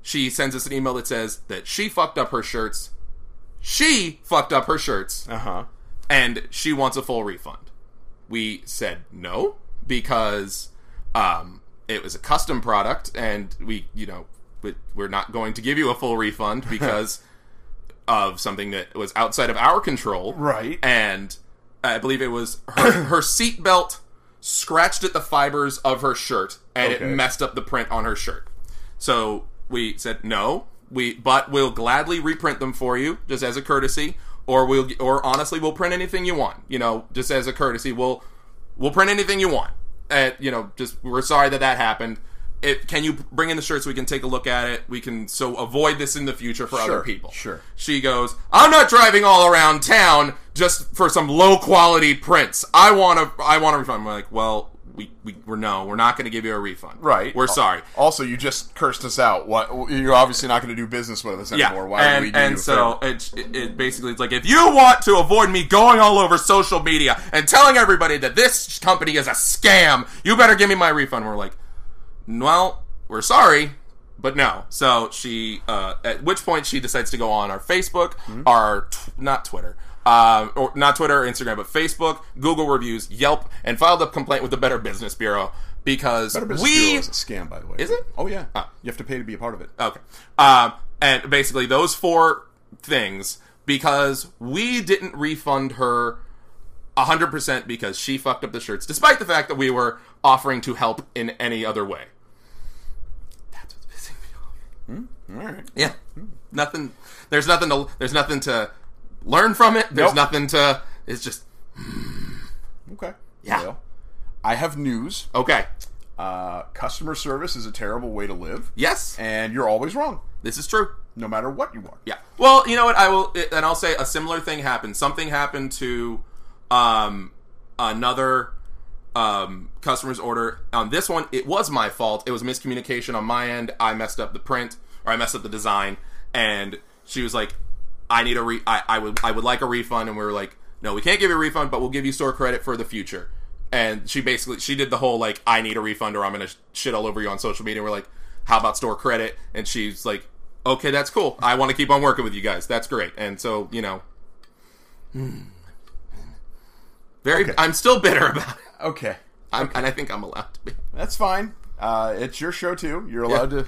Speaker 1: she sends us an email that says that she fucked up her shirts. She fucked up her shirts
Speaker 2: Uh huh.
Speaker 1: and she wants a full refund. We said no because um, it was a custom product, and we, you know, we- we're not going to give you a full refund because of something that was outside of our control.
Speaker 2: Right.
Speaker 1: And I believe it was her, her seatbelt scratched at the fibers of her shirt, and
Speaker 2: Okay.
Speaker 1: it messed up the print on her shirt. So we said no. We but we'll gladly reprint them for you just as a courtesy, or we'll or honestly we'll print anything you want. You know, just as a courtesy, we'll we'll print anything you want. Uh, you know, just we're sorry that that happened. It, can you bring in the shirts so we can take a look at it? We can so avoid this in the future for
Speaker 2: Sure,
Speaker 1: other people.
Speaker 2: sure.
Speaker 1: She goes, I'm not driving all around town just for some low quality prints. I want to. I want a refund. We're like, well, we, we we're no, we're not going to give you a refund.
Speaker 2: Right.
Speaker 1: We're sorry.
Speaker 2: Also, you just cursed us out. What? You're obviously not going to do business with us
Speaker 1: Yeah,
Speaker 2: anymore. Why would
Speaker 1: and,
Speaker 2: we do
Speaker 1: and
Speaker 2: you a
Speaker 1: so
Speaker 2: favor?
Speaker 1: it, it, it basically it's like if you want to avoid me going all over social media and telling everybody that this company is a scam, you better give me my refund. We're like, well, we're sorry, but no. So she, uh, at which point she decides to go on our Facebook,
Speaker 2: Mm-hmm.
Speaker 1: our t- not Twitter, uh, or not Twitter or Instagram, but Facebook, Google reviews, Yelp, and filed a complaint with the Better Business Bureau because
Speaker 2: Better Business
Speaker 1: we
Speaker 2: Bureau is a scam, by the way. Is
Speaker 1: it?
Speaker 2: Oh yeah. You have to pay to be a part of it.
Speaker 1: Okay. Um, and basically, those four things because we didn't refund her 100% because she fucked up the shirts, despite the fact that we were offering to help in any other way. That's what's pissing me off.
Speaker 2: All right.
Speaker 1: Yeah. Nothing. There's nothing to. There's nothing to learn from it. There's
Speaker 2: Nope.
Speaker 1: nothing to. It's just
Speaker 2: Okay.
Speaker 1: Yeah.
Speaker 2: Well, I have news.
Speaker 1: okay.
Speaker 2: Uh, customer service is a terrible way to live,
Speaker 1: Yes,
Speaker 2: and you're always wrong,
Speaker 1: this is true.
Speaker 2: no matter what you are.
Speaker 1: Yeah. Well, you know what? I will, and I'll say a similar thing happened. Something happened to um, another um, customer's order. On this one, it was my fault. It was miscommunication on my end. I messed up the print, or I messed up the design, and she was like, "I need a re. I, I would, I would like a refund." And we were like, "No, we can't give you a refund, but we'll give you store credit for the future." And she basically she did the whole like, "I need a refund, or I'm gonna shit all over you on social media." And we're like, "How about store credit?" And she's like, okay, that's cool. I want to keep on working with you guys. That's great. And so, you know, hmm. very. I'm still bitter about it.
Speaker 2: Okay.
Speaker 1: I'm, And I think I'm allowed to be.
Speaker 2: That's fine. Uh, it's your show too. You're allowed to.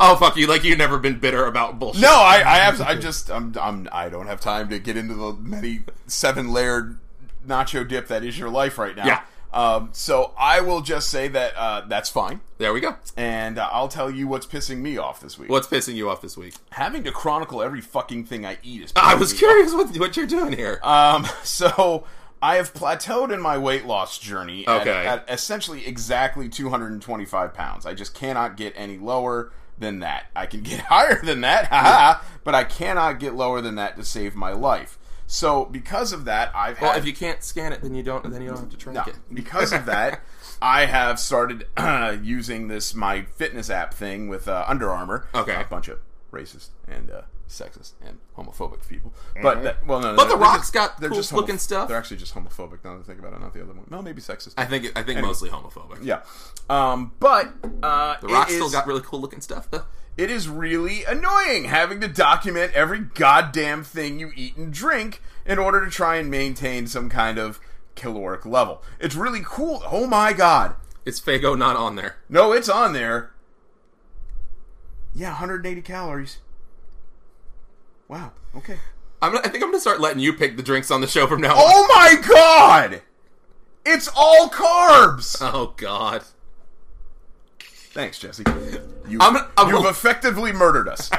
Speaker 1: Oh fuck you! Like you've never been bitter about bullshit.
Speaker 2: No, I, I have. I just, I'm, I'm, I don't have time to get into the many seven layered nacho dip that is your life right now.
Speaker 1: Yeah.
Speaker 2: Um, so I will just say that uh, that's fine,
Speaker 1: There we go.
Speaker 2: and uh, I'll tell you what's pissing me off this week.
Speaker 1: What's pissing you off this week?
Speaker 2: Having to chronicle every fucking thing I eat is.
Speaker 1: I
Speaker 2: pissing
Speaker 1: was
Speaker 2: me
Speaker 1: curious what what you're doing here.
Speaker 2: Um, so I have plateaued in my weight loss journey at-
Speaker 1: Okay.
Speaker 2: at, essentially exactly 225 pounds. I just cannot get any lower than that. I can get higher than that, haha, but I cannot get lower than that to save my life. So because of that, I've had
Speaker 1: well, if you can't scan it, then you don't. Then you don't have to track
Speaker 2: no,
Speaker 1: it.
Speaker 2: because of that, I have started using this my fitness app thing with uh, Under Armour.
Speaker 1: Okay.
Speaker 2: a bunch of racist and uh, sexist and homophobic people. But that, well, no,
Speaker 1: Mm-hmm. But
Speaker 2: no, no,
Speaker 1: The
Speaker 2: they're
Speaker 1: Rock's
Speaker 2: just-
Speaker 1: got
Speaker 2: they're
Speaker 1: cool
Speaker 2: just
Speaker 1: looking stuff.
Speaker 2: They're actually just homophobic. Now that I think about it, not the other one. No, maybe sexist.
Speaker 1: I think. I think mostly homophobic.
Speaker 2: yeah. Um, but uh,
Speaker 1: The Rock
Speaker 2: it
Speaker 1: still
Speaker 2: is-
Speaker 1: got really cool looking stuff though.
Speaker 2: it is really annoying having to document every goddamn thing you eat and drink in order to try and maintain some kind of caloric level. It's really cool. Oh my god.
Speaker 1: Is Fago not on there?
Speaker 2: No, it's on there. Yeah, 180 calories. Wow. Okay.
Speaker 1: I'm, gonna- I think I'm gonna start letting you pick the drinks on the show from now on.
Speaker 2: Oh my god! It's all carbs.
Speaker 1: oh God.
Speaker 2: Thanks, Jesse. You,
Speaker 1: I'm- I'm-
Speaker 2: you've effectively murdered us.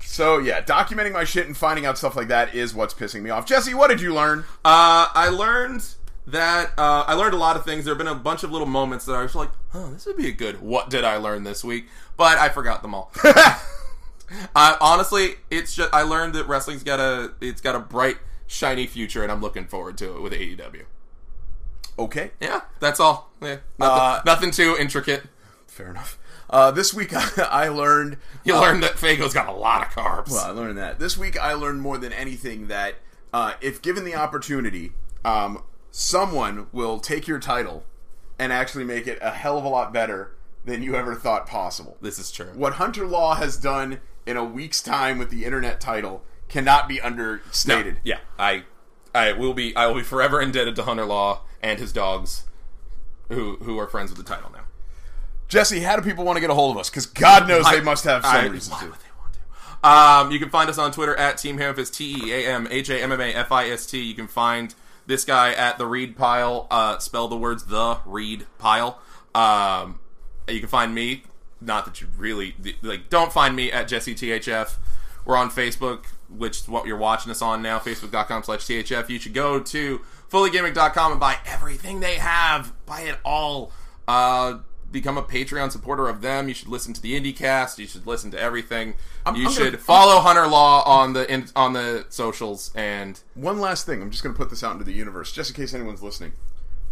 Speaker 2: so yeah, documenting my shit and finding out stuff like that is what's pissing me off. Jesse, what did you learn?
Speaker 1: Uh, I learned that uh, I learned a lot of things. There have been a bunch of little moments that I was like, "Oh, this would be a good." What did I learn this week? But I forgot them all. I, honestly, it's just I learned that wrestling's got a it's got a bright, shiny future, and I'm looking forward to it with AEW.
Speaker 2: Okay,
Speaker 1: Yeah, that's all. Yeah, nothing,
Speaker 2: Uh,
Speaker 1: nothing too intricate.
Speaker 2: fair enough. Uh, this week I learned.
Speaker 1: You learned that Fago's got a lot of carbs.
Speaker 2: Well, I learned that. This week I learned more than anything that uh, if given the opportunity, um, someone will take your title and actually make it a hell of a lot better than you ever thought possible.
Speaker 1: This is true.
Speaker 2: What Hunter Law has done in a week's time with the internet title cannot be understated.
Speaker 1: Yeah, I, I will be, I will be forever indebted to Hunter Law and his dogs, who who are friends with the title now.
Speaker 2: Jesse, how do people want to get a hold of us? Because God knows
Speaker 1: I-
Speaker 2: they must have some
Speaker 1: I-
Speaker 2: reason
Speaker 1: why
Speaker 2: to.
Speaker 1: would they want to? Um, you can find us on Twitter at Team Hamfist, T E A M H A M M A F I S T. You can find this guy at the Reed Pile. Uh, spell the words the Reed Pile. Um, you can find me. Not that you really like. Don't find me at Jesse THF. We're on Facebook, which is what you're watching us on now. Facebook.com slash THF. You should go to fullygaming.com and buy everything they have. Buy it all uh, become a Patreon supporter of them. You should listen to the IndieCast. You should listen to everything. you
Speaker 2: I'm
Speaker 1: should
Speaker 2: gonna-
Speaker 1: follow Hunter Law on the in, on the socials. And
Speaker 2: One last thing, I'm just going to put this out into the universe, just in case anyone's listening.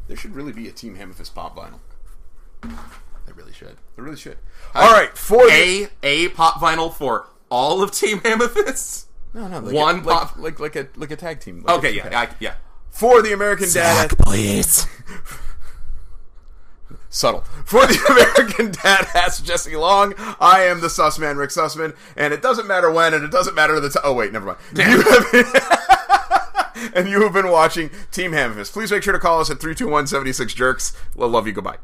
Speaker 2: There should really be a Team Hammerfist pop vinyl.
Speaker 1: I really should
Speaker 2: There really should. All right, for the-
Speaker 1: uh, a a pop vinyl for all of Team Amethyst.
Speaker 2: no, no, like
Speaker 1: one
Speaker 2: a,
Speaker 1: pop-
Speaker 2: like, like like a like a tag team. like a
Speaker 1: Okay, yeah,
Speaker 2: two-pack.
Speaker 1: I, yeah.
Speaker 2: For the American Dad
Speaker 1: please.
Speaker 2: subtle. For the American Dad Ass Jesse Long, I am the Sussman Rick Sussman, and it doesn't matter when, and it doesn't matter the time. Oh wait, never mind. You have been- and you have been watching Team Hamfist. Please make sure to call us at 321-76 jerks. Love you. Goodbye.